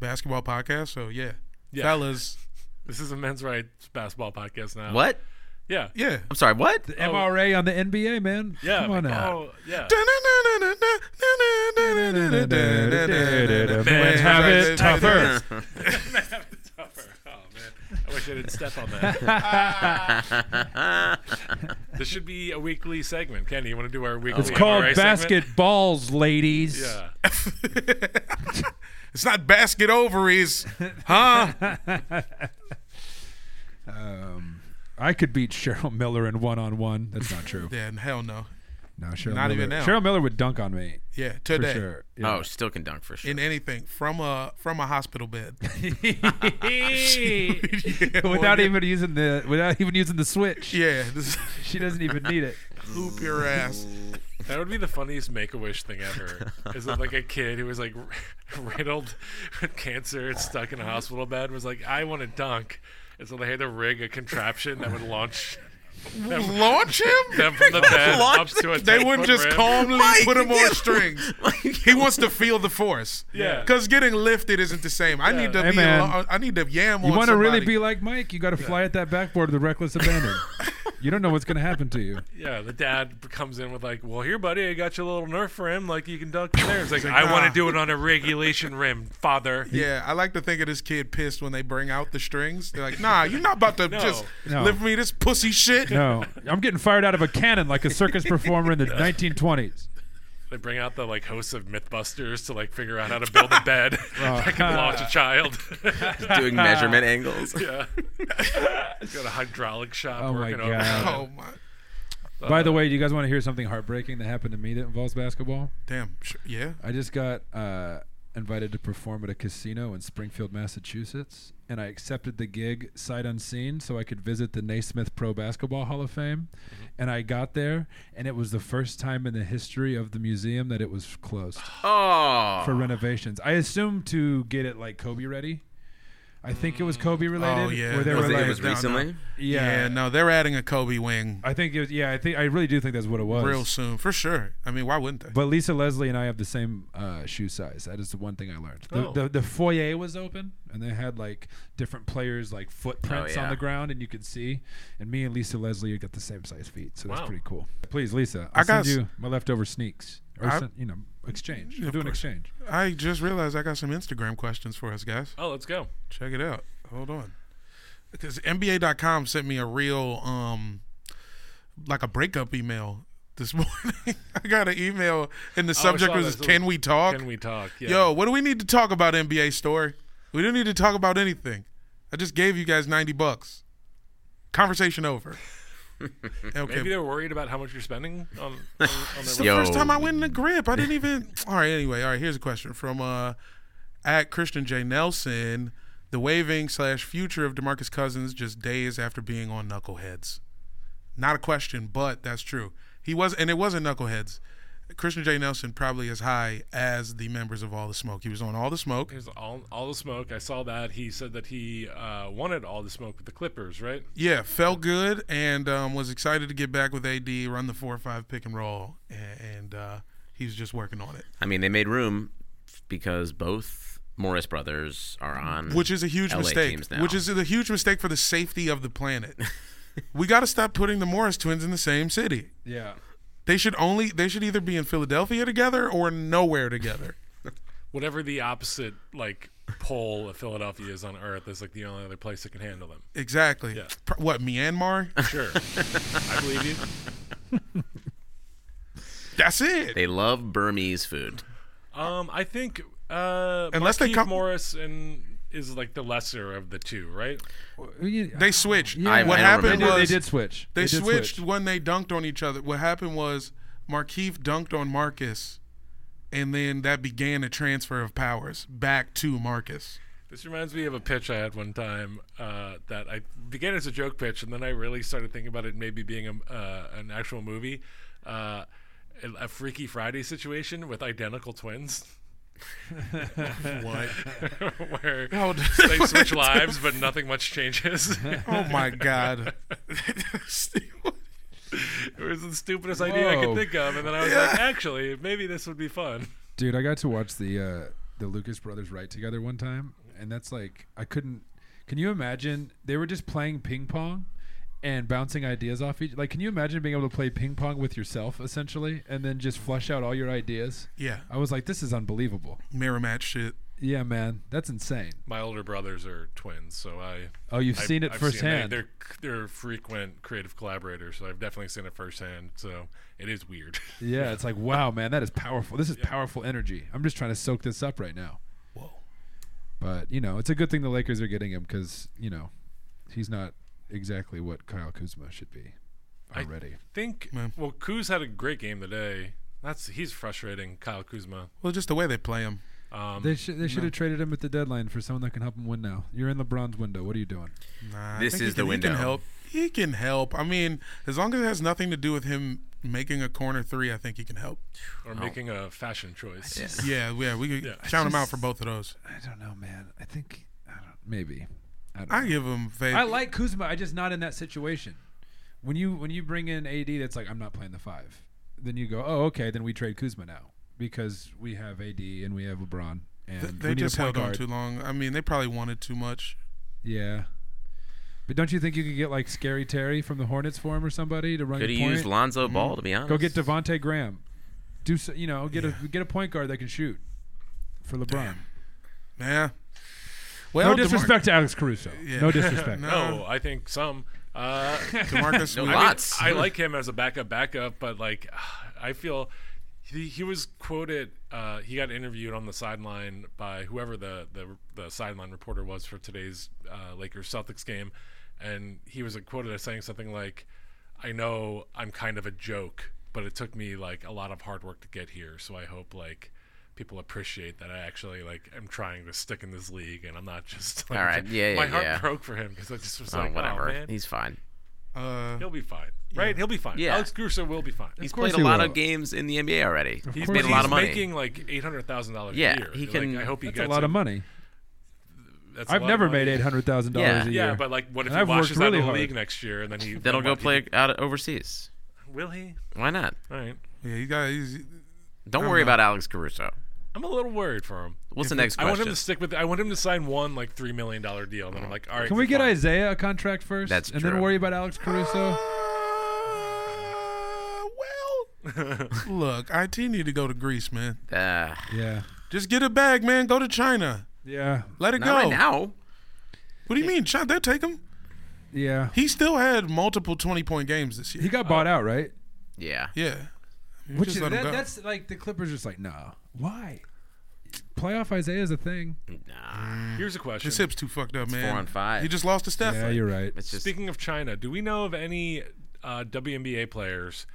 Speaker 2: basketball podcast. So, yeah.
Speaker 3: Yeah.
Speaker 2: Fellas,
Speaker 3: This is a men's rights basketball podcast now.
Speaker 1: What?
Speaker 3: Yeah.
Speaker 2: yeah.
Speaker 1: I'm sorry, what?
Speaker 4: MRA on the NBA, man.
Speaker 3: Yeah.
Speaker 4: Come on
Speaker 3: like,
Speaker 4: now.
Speaker 3: Oh, yeah.
Speaker 4: Men have it tougher.
Speaker 3: Tougher. Oh man, I wish I didn't step on that. this should be a weekly segment. Kenny, you want to do our weekly?
Speaker 4: It's called
Speaker 3: MRA segment?
Speaker 4: basketballs, ladies.
Speaker 3: Yeah.
Speaker 2: It's not basket ovaries, huh?
Speaker 4: Um, I could beat Cheryl Miller in one on one. That's not true.
Speaker 2: yeah, hell no.
Speaker 4: No, Cheryl
Speaker 2: Not
Speaker 4: Miller.
Speaker 2: even now.
Speaker 4: Cheryl Miller would dunk on me
Speaker 2: Yeah,
Speaker 4: for
Speaker 2: today.
Speaker 4: sure.
Speaker 1: Oh, she still can dunk for sure.
Speaker 2: In anything from a from a hospital bed.
Speaker 4: Yeah, without even using the without even using the switch.
Speaker 2: Yeah, just
Speaker 4: She doesn't even need it.
Speaker 2: loop your ass.
Speaker 3: That would be the funniest make a wish thing ever. Is it like a kid who was like riddled with cancer and stuck in a hospital bed was like, I want to dunk. And so they had to rig a contraption that would launch
Speaker 2: Launch him.
Speaker 3: them from the bed up
Speaker 1: Launch
Speaker 3: to a
Speaker 2: They
Speaker 3: 10
Speaker 2: wouldn't
Speaker 3: foot
Speaker 2: just
Speaker 3: rim.
Speaker 2: calmly
Speaker 1: Mike,
Speaker 2: put him
Speaker 1: you-
Speaker 2: on strings. He wants to feel the force.
Speaker 3: Yeah.
Speaker 2: Because getting lifted isn't the same. I need to
Speaker 4: Hey,
Speaker 2: be.
Speaker 4: man.
Speaker 2: lo- I need to yam
Speaker 4: You
Speaker 2: on
Speaker 4: want to really
Speaker 2: somebody.
Speaker 4: be like Mike? You got to fly at that backboard with reckless abandon. You don't know what's going to happen to you.
Speaker 3: Yeah, the dad comes in with like, "Well, here, buddy, I got you a little Nerf rim, like you can dunk from there." It's like,
Speaker 2: like,
Speaker 3: "I want
Speaker 2: "Nah."
Speaker 3: to do it on a regulation rim, father."
Speaker 2: Yeah, I like to think of this kid pissed when they bring out the strings. They're like, "Nah, you're not about to
Speaker 3: No.
Speaker 2: just
Speaker 4: No.
Speaker 2: live me this pussy shit."
Speaker 4: No, I'm getting fired out of a cannon like a circus performer in the 1920s.
Speaker 3: They bring out the like hosts of MythBusters to like figure out how to build a bed that can launch a child.
Speaker 1: doing measurement angles.
Speaker 3: yeah, go to hydraulic shop
Speaker 4: Oh my
Speaker 3: working
Speaker 4: God.
Speaker 3: overtime.
Speaker 2: Oh my,
Speaker 4: By the way, do you guys want to hear something heartbreaking that happened to me that involves basketball?
Speaker 2: damn. Sure. Yeah.
Speaker 4: I just got uh, invited to perform at a casino in Springfield, Massachusetts, and I accepted the gig sight unseen so I could visit the Naismith Pro Basketball Hall of Fame.
Speaker 2: Mm-hmm.
Speaker 4: And I got there, and it was the first time in the history of the museum that it was closed
Speaker 1: Oh,
Speaker 4: for renovations. I assume to get it like Kobe ready. I think it was Kobe related.
Speaker 2: Oh yeah.
Speaker 4: where they
Speaker 2: No,
Speaker 1: Was
Speaker 4: were
Speaker 1: it- it
Speaker 4: like,
Speaker 1: was
Speaker 2: no, no.
Speaker 1: recently?
Speaker 4: yeah,
Speaker 2: yeah. No, they're adding a Kobe wing
Speaker 4: I think it was. Yeah, I think I really do think that's what it was.
Speaker 2: real soon for sure. I mean, why wouldn't they?
Speaker 4: But Lisa Leslie and I have the same uh, shoe size. That is the one thing I learned. The,
Speaker 3: Oh.
Speaker 4: the the foyer was open, and they had like different players' like footprints
Speaker 1: Oh, yeah.
Speaker 4: on the ground, and you could see. And me and Lisa Leslie got the same size feet, so
Speaker 3: Wow.
Speaker 4: that's pretty cool. Please, Lisa,
Speaker 2: I
Speaker 4: I'll send
Speaker 2: got s-
Speaker 4: you my leftover sneaks, or
Speaker 2: I-
Speaker 4: sen- you know, exchange.
Speaker 2: Of
Speaker 4: We'll do an
Speaker 2: course.
Speaker 4: exchange.
Speaker 2: I just realized I got some Instagram questions for us, guys.
Speaker 3: Oh, let's go.
Speaker 2: Check it out. Hold on. Because NBA.com sent me a real, um, like a breakup email this morning. I got an email, and the subject
Speaker 3: saw
Speaker 2: was,
Speaker 3: this. It
Speaker 2: Can we talk?
Speaker 3: Can we talk? Yeah.
Speaker 2: Yo, what do we need to talk about, NBA story? We don't need to talk about anything. I just gave you guys 90 bucks. Conversation over. Okay.
Speaker 3: maybe they're worried about how much you're spending on. on, on their
Speaker 1: Yo.
Speaker 2: First time I went in the grip. I didn't even. All right. Anyway, all right. Here's a question from uh, at Christian J Nelson. The waving slash future of Demarcus Cousins just days after being on Knuckleheads. Not a question, but that's true. He was, and it wasn't Knuckleheads. Christian J Nelson probably as high as the members of All the Smoke. He was on All the Smoke.
Speaker 3: Here's all, all the smoke. I saw that he said that he uh, wanted all the smoke with the Clippers, right?
Speaker 2: Yeah, felt good and um, was excited to get back with AD, run the four or five pick and roll, and, and uh, he's just working on it,
Speaker 1: I mean, they made room because both Morris brothers are on.
Speaker 2: which is a huge
Speaker 1: LA
Speaker 2: mistake.
Speaker 1: teams now.
Speaker 2: Which is a huge mistake for the safety of the planet. we got to stop putting the Morris twins in the same city.
Speaker 4: Yeah,
Speaker 2: They should only they should either be in Philadelphia together or nowhere together.
Speaker 3: Whatever the opposite like pole of Philadelphia is on Earth is like the only other place that can handle them.
Speaker 2: Exactly. Pr- What Myanmar?
Speaker 3: Sure, I believe you.
Speaker 2: That's it.
Speaker 1: they love Burmese food.
Speaker 3: Um, I think uh,
Speaker 2: Unless they
Speaker 3: Markieff
Speaker 2: come-
Speaker 3: Morris and is like the lesser of the two, right?
Speaker 2: They switched.
Speaker 4: I-
Speaker 2: what
Speaker 1: I don't
Speaker 2: happened
Speaker 1: remember.
Speaker 4: did,
Speaker 2: was
Speaker 4: uh, they did switch.
Speaker 2: They,
Speaker 4: did
Speaker 2: switched
Speaker 4: switch.
Speaker 2: when they dunked on each other. What happened was Markeith dunked on Marcus, and then that began a transfer of powers back to Marcus.
Speaker 3: This reminds me of a pitch I had one time uh, that I began as a joke pitch, and then I really started thinking about it maybe being a, uh, an actual movie, uh, a- a Freaky Friday situation with identical twins. what? Where
Speaker 2: Oh,
Speaker 3: they switch lives, but nothing much changes.
Speaker 2: Oh my God!
Speaker 3: it was the stupidest idea I could
Speaker 4: Whoa.
Speaker 3: think of, and then I was like, actually, maybe this would be fun.
Speaker 4: Dude, I got to watch the uh, the Lucas brothers write together one time, and that's like I couldn't. Can you imagine? They were just playing ping pong and bouncing ideas off each. Like, can you imagine being able to play ping pong with yourself essentially, and then just flush out all your ideas?
Speaker 2: yeah,
Speaker 4: I was like, this is unbelievable.
Speaker 2: mirror match shit.
Speaker 4: Yeah, man, that's insane.
Speaker 3: My older brothers are twins, so I
Speaker 4: Oh, you've
Speaker 3: I've-
Speaker 4: seen
Speaker 3: I've
Speaker 4: it
Speaker 3: seen-
Speaker 4: firsthand.
Speaker 3: they, are they're frequent creative collaborators, so I've definitely seen it firsthand. So it is weird.
Speaker 4: yeah, it's like wow, man, that is powerful. This is powerful energy. I'm just trying to soak this up right now.
Speaker 2: Whoa.
Speaker 4: But you know, it's a good thing the Lakers are getting him because you know he's not exactly what Kyle Kuzma should be
Speaker 3: I-
Speaker 4: already.
Speaker 3: Think
Speaker 2: Man.
Speaker 3: well, Kuz had a great game today. That's he's frustrating, Kyle Kuzma.
Speaker 2: Well, just the way they play him.
Speaker 3: Um,
Speaker 4: they should they should have traded him at the deadline for someone that can help him win now. You're in LeBron's window. What are you doing?
Speaker 2: Nah, I
Speaker 1: This
Speaker 2: think he
Speaker 1: is the
Speaker 2: can- He
Speaker 1: window.
Speaker 2: can help. He can help. I mean, as long as it has nothing to do with him making a corner three, I think he can help.
Speaker 3: or
Speaker 4: Oh.
Speaker 3: making a fashion choice.
Speaker 2: Yeah, yeah, we could
Speaker 3: Yeah.
Speaker 2: shout him out for both of those.
Speaker 4: I don't know, man. I think I don't, maybe. I, don't
Speaker 2: I give him faith.
Speaker 4: I like Kuzma. I just not in that situation. When you when you bring in AD, that's like I'm not playing the five. Then you go, oh okay, then we trade Kuzma now because we have AD and we have LeBron and
Speaker 2: Th- They
Speaker 4: we need
Speaker 2: just
Speaker 4: a
Speaker 2: held
Speaker 4: point
Speaker 2: on
Speaker 4: guard.
Speaker 2: too long. I mean, they probably wanted too much.
Speaker 4: yeah. But don't you think you could get like Scary Terry from the Hornets for him or somebody to run?
Speaker 1: Could
Speaker 4: your
Speaker 1: have used
Speaker 4: point?
Speaker 1: Lonzo Ball to be honest.
Speaker 4: Go get Devonte Graham. Do so, you know get a get a point guard that can shoot for LeBron.
Speaker 2: Yeah.
Speaker 4: No
Speaker 2: Well, DeMar-
Speaker 4: disrespect to Alex Caruso.
Speaker 2: Yeah.
Speaker 4: No disrespect.
Speaker 3: No, I think some. Uh,
Speaker 2: DeMarcus.
Speaker 1: No
Speaker 2: Wheat-
Speaker 1: lie.
Speaker 3: I mean,
Speaker 1: Lots.
Speaker 3: I like him as a backup, backup, but like, I feel he, he was quoted. Uh, he got interviewed on the sideline by whoever the the, the sideline reporter was for today's uh, Lakers Celtics game, and he was like, quoted as saying something like, "I know I'm kind of a joke, but it took me like a lot of hard work to get here, so I hope like." People appreciate that I actually like am trying to stick in this league, and I'm not just like
Speaker 1: All right, yeah,
Speaker 3: my
Speaker 1: yeah,
Speaker 3: heart
Speaker 1: yeah.
Speaker 3: broke for him because I just was
Speaker 1: Oh,
Speaker 3: like,
Speaker 1: whatever.
Speaker 3: oh, man.
Speaker 1: He's fine.
Speaker 2: Uh,
Speaker 3: He'll be fine, right? He'll be fine.
Speaker 1: Yeah.
Speaker 3: Alex Caruso will be fine.
Speaker 1: He's
Speaker 4: course
Speaker 1: played a
Speaker 4: he
Speaker 1: lot
Speaker 4: will.
Speaker 1: of games in the NBA already. He's
Speaker 4: course
Speaker 1: made a lot
Speaker 4: he's
Speaker 1: of money.
Speaker 3: making like eight hundred thousand dollars
Speaker 1: Yeah,
Speaker 3: a year.
Speaker 1: he
Speaker 3: Like,
Speaker 1: can-
Speaker 3: I hope he
Speaker 4: That's a
Speaker 3: gets
Speaker 4: lot
Speaker 3: it.
Speaker 4: of money.
Speaker 3: That's a
Speaker 4: I've
Speaker 3: lot
Speaker 4: never
Speaker 3: of money.
Speaker 4: made eight hundred thousand
Speaker 1: Yeah.
Speaker 4: dollars a year.
Speaker 3: Yeah, but like, what if
Speaker 4: And
Speaker 3: he
Speaker 4: I've worked
Speaker 3: washes
Speaker 4: really
Speaker 3: out of the
Speaker 4: hard.
Speaker 3: league next year and then he
Speaker 1: Then he'll go
Speaker 3: what-
Speaker 1: play out overseas.
Speaker 3: Will he?
Speaker 1: Why not?
Speaker 3: All right.
Speaker 2: yeah, you got. He's,
Speaker 1: Don't
Speaker 2: I'm
Speaker 1: worry
Speaker 2: not-
Speaker 1: about Alex Caruso.
Speaker 3: I'm a little worried for him.
Speaker 1: What's the next
Speaker 3: I want him
Speaker 1: question?
Speaker 3: to stick with. I want him to sign one like three million dollar deal, and then I'm like, all right.
Speaker 4: Can we
Speaker 3: you're
Speaker 4: get
Speaker 3: fine.
Speaker 4: Isaiah a contract first?
Speaker 1: That's
Speaker 4: and
Speaker 1: true.
Speaker 4: then worry about Alex Caruso.
Speaker 2: Uh, well, look, IT need to go to Greece, man.
Speaker 1: Uh,
Speaker 4: yeah.
Speaker 2: Just get a bag, man. Go to China.
Speaker 4: Yeah.
Speaker 2: Let it
Speaker 1: not
Speaker 2: go.
Speaker 1: right now.
Speaker 2: What do you mean? China? They'll take him.
Speaker 4: Yeah.
Speaker 2: He still had multiple twenty-point games this year.
Speaker 4: He
Speaker 1: Uh,
Speaker 4: got bought out, right?
Speaker 1: Yeah.
Speaker 2: yeah. You
Speaker 4: Which
Speaker 2: just
Speaker 4: is,
Speaker 2: let him
Speaker 4: that,
Speaker 2: go.
Speaker 4: that's like the Clippers just like, nah. Why? Playoff Isaiah is a thing.
Speaker 1: Nah.
Speaker 3: Here's a question.
Speaker 2: His hip's too fucked up, man.
Speaker 1: on five.
Speaker 2: He just lost to Steph.
Speaker 4: Yeah, you're right.
Speaker 1: It's just
Speaker 3: Speaking of China, do we know of any uh, WNBA players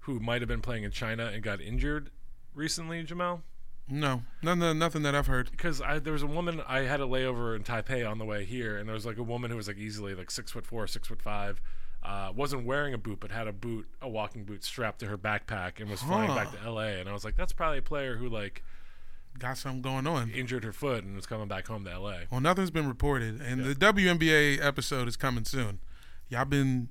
Speaker 3: who might have been playing in China and got injured recently, Jamal?
Speaker 2: No, nothing, nothing that I've heard.
Speaker 3: because I there was a woman I had a layover in Taipei on the way here, and there was like a woman who was like easily like six foot four, six foot five, uh, wasn't wearing a boot but had a boot, a walking boot strapped to her backpack, and was flying
Speaker 2: Huh.
Speaker 3: back to L.A. And I was like, that's probably a player who like
Speaker 2: Got something going on.
Speaker 3: injured her foot and was coming back home to L.A.
Speaker 2: Well, nothing's been reported, and the WNBA episode is coming soon. Y'all been?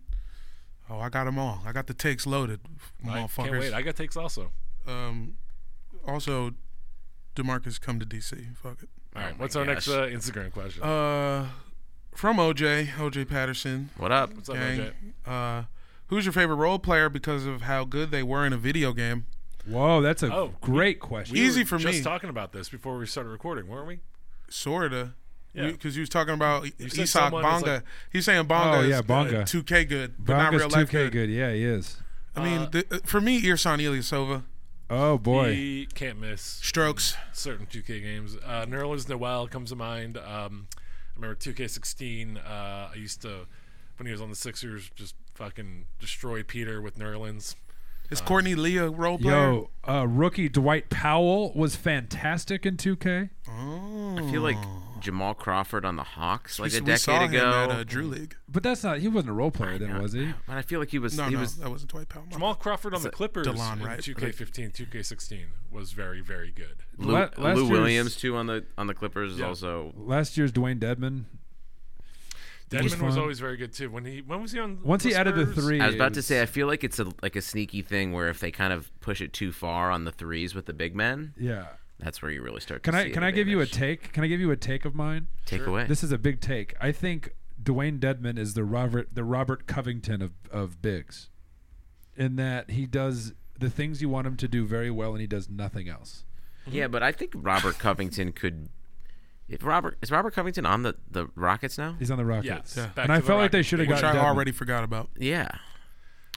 Speaker 2: Oh, I got them all. I got the takes loaded,
Speaker 3: I
Speaker 2: motherfuckers.
Speaker 3: can't wait. I got takes also.
Speaker 2: um, also, Demarcus come to DC. Fuck it.
Speaker 3: All right,
Speaker 1: my
Speaker 3: what's our next
Speaker 1: gosh.
Speaker 3: uh, Instagram question?
Speaker 2: Uh, from OJ, OJ Patterson.
Speaker 1: what up?
Speaker 3: what's up,
Speaker 2: Gang.
Speaker 3: OJ?
Speaker 2: Uh, who's your favorite role player because of how good they were in a video game?
Speaker 4: Whoa, that's a
Speaker 3: Oh,
Speaker 4: great question.
Speaker 3: We
Speaker 2: Easy
Speaker 3: were
Speaker 2: for
Speaker 3: just
Speaker 2: me.
Speaker 3: talking about this before we started recording, weren't we?
Speaker 2: Sorta.
Speaker 3: Yeah.
Speaker 2: Because you was talking about
Speaker 3: said
Speaker 2: Isak
Speaker 3: someone is
Speaker 2: Bonga.
Speaker 3: like-
Speaker 2: He's saying Bonga
Speaker 4: Oh, yeah,
Speaker 2: is
Speaker 4: Bonga.
Speaker 2: uh, 2K good, but not
Speaker 4: Bonga's
Speaker 2: real life
Speaker 4: 2K
Speaker 2: good.
Speaker 4: good. Yeah, he is.
Speaker 2: I mean,
Speaker 3: Uh,
Speaker 2: the, uh, for me, Irsan Ilyasova,
Speaker 4: Oh boy.
Speaker 3: He can't miss.
Speaker 2: strokes.
Speaker 3: certain 2K games. Uh, Nerlens Noel comes to mind. Um, I remember 2K16. Uh, I used to, when he was on the Sixers, just fucking destroy Peter with Nerlens.
Speaker 2: Is Courtney Lee a role player?
Speaker 4: Yo, uh, rookie Dwight Powell was fantastic in 2K.
Speaker 2: Oh.
Speaker 1: I feel like
Speaker 4: Hmm.
Speaker 1: Jamal Crawford on the Hawks like a
Speaker 2: we saw
Speaker 1: decade
Speaker 2: him at uh,
Speaker 1: ago.
Speaker 2: Drew League.
Speaker 4: But that's not. He wasn't a role player then, was he?
Speaker 1: But I feel like he was.
Speaker 2: No,
Speaker 1: he
Speaker 2: no,
Speaker 1: was.
Speaker 2: that wasn't Dwight Powell. My
Speaker 3: Jamal Crawford on the Clippers
Speaker 2: Delon
Speaker 3: in
Speaker 2: Wright,
Speaker 3: 2K15, 2K16 was very, very good.
Speaker 1: Lou, uh,
Speaker 4: La- last
Speaker 1: Lou
Speaker 4: year's-
Speaker 1: Williams too on the on the Clippers is
Speaker 3: Yeah.
Speaker 1: also.
Speaker 4: Last year's Dwayne Dedman.
Speaker 3: Dedman was
Speaker 4: fun.
Speaker 3: always very good too. When he when was he on?
Speaker 4: Once he added the
Speaker 3: Spurs?
Speaker 4: three,
Speaker 1: I was about
Speaker 4: it
Speaker 1: to say I feel like it's a like a sneaky thing where if they kind of push it too far on the threes with the big men,
Speaker 4: Yeah.
Speaker 1: that's where you really start.
Speaker 4: Can
Speaker 1: to
Speaker 4: I
Speaker 1: see
Speaker 4: can
Speaker 1: an
Speaker 4: I give you a
Speaker 1: advantage.
Speaker 4: take? Can I give you a take of mine?
Speaker 1: take away?
Speaker 4: This is a big take. I think Dwayne Dedman is the Robert the Robert Covington of of bigs, in that he does the things you want him to do very well, and he does nothing else.
Speaker 1: Yeah, but I think Robert Covington could. If Robert is Robert Covington on the the Rockets now?
Speaker 4: He's on the
Speaker 3: Yeah,
Speaker 4: Rockets,
Speaker 3: back
Speaker 4: and
Speaker 3: to
Speaker 4: I
Speaker 3: the
Speaker 4: felt like they
Speaker 3: Rockets
Speaker 4: should have
Speaker 3: thing,
Speaker 2: Which
Speaker 4: gotten
Speaker 2: I
Speaker 4: Dedmon.
Speaker 2: already forgot about.
Speaker 1: Yeah,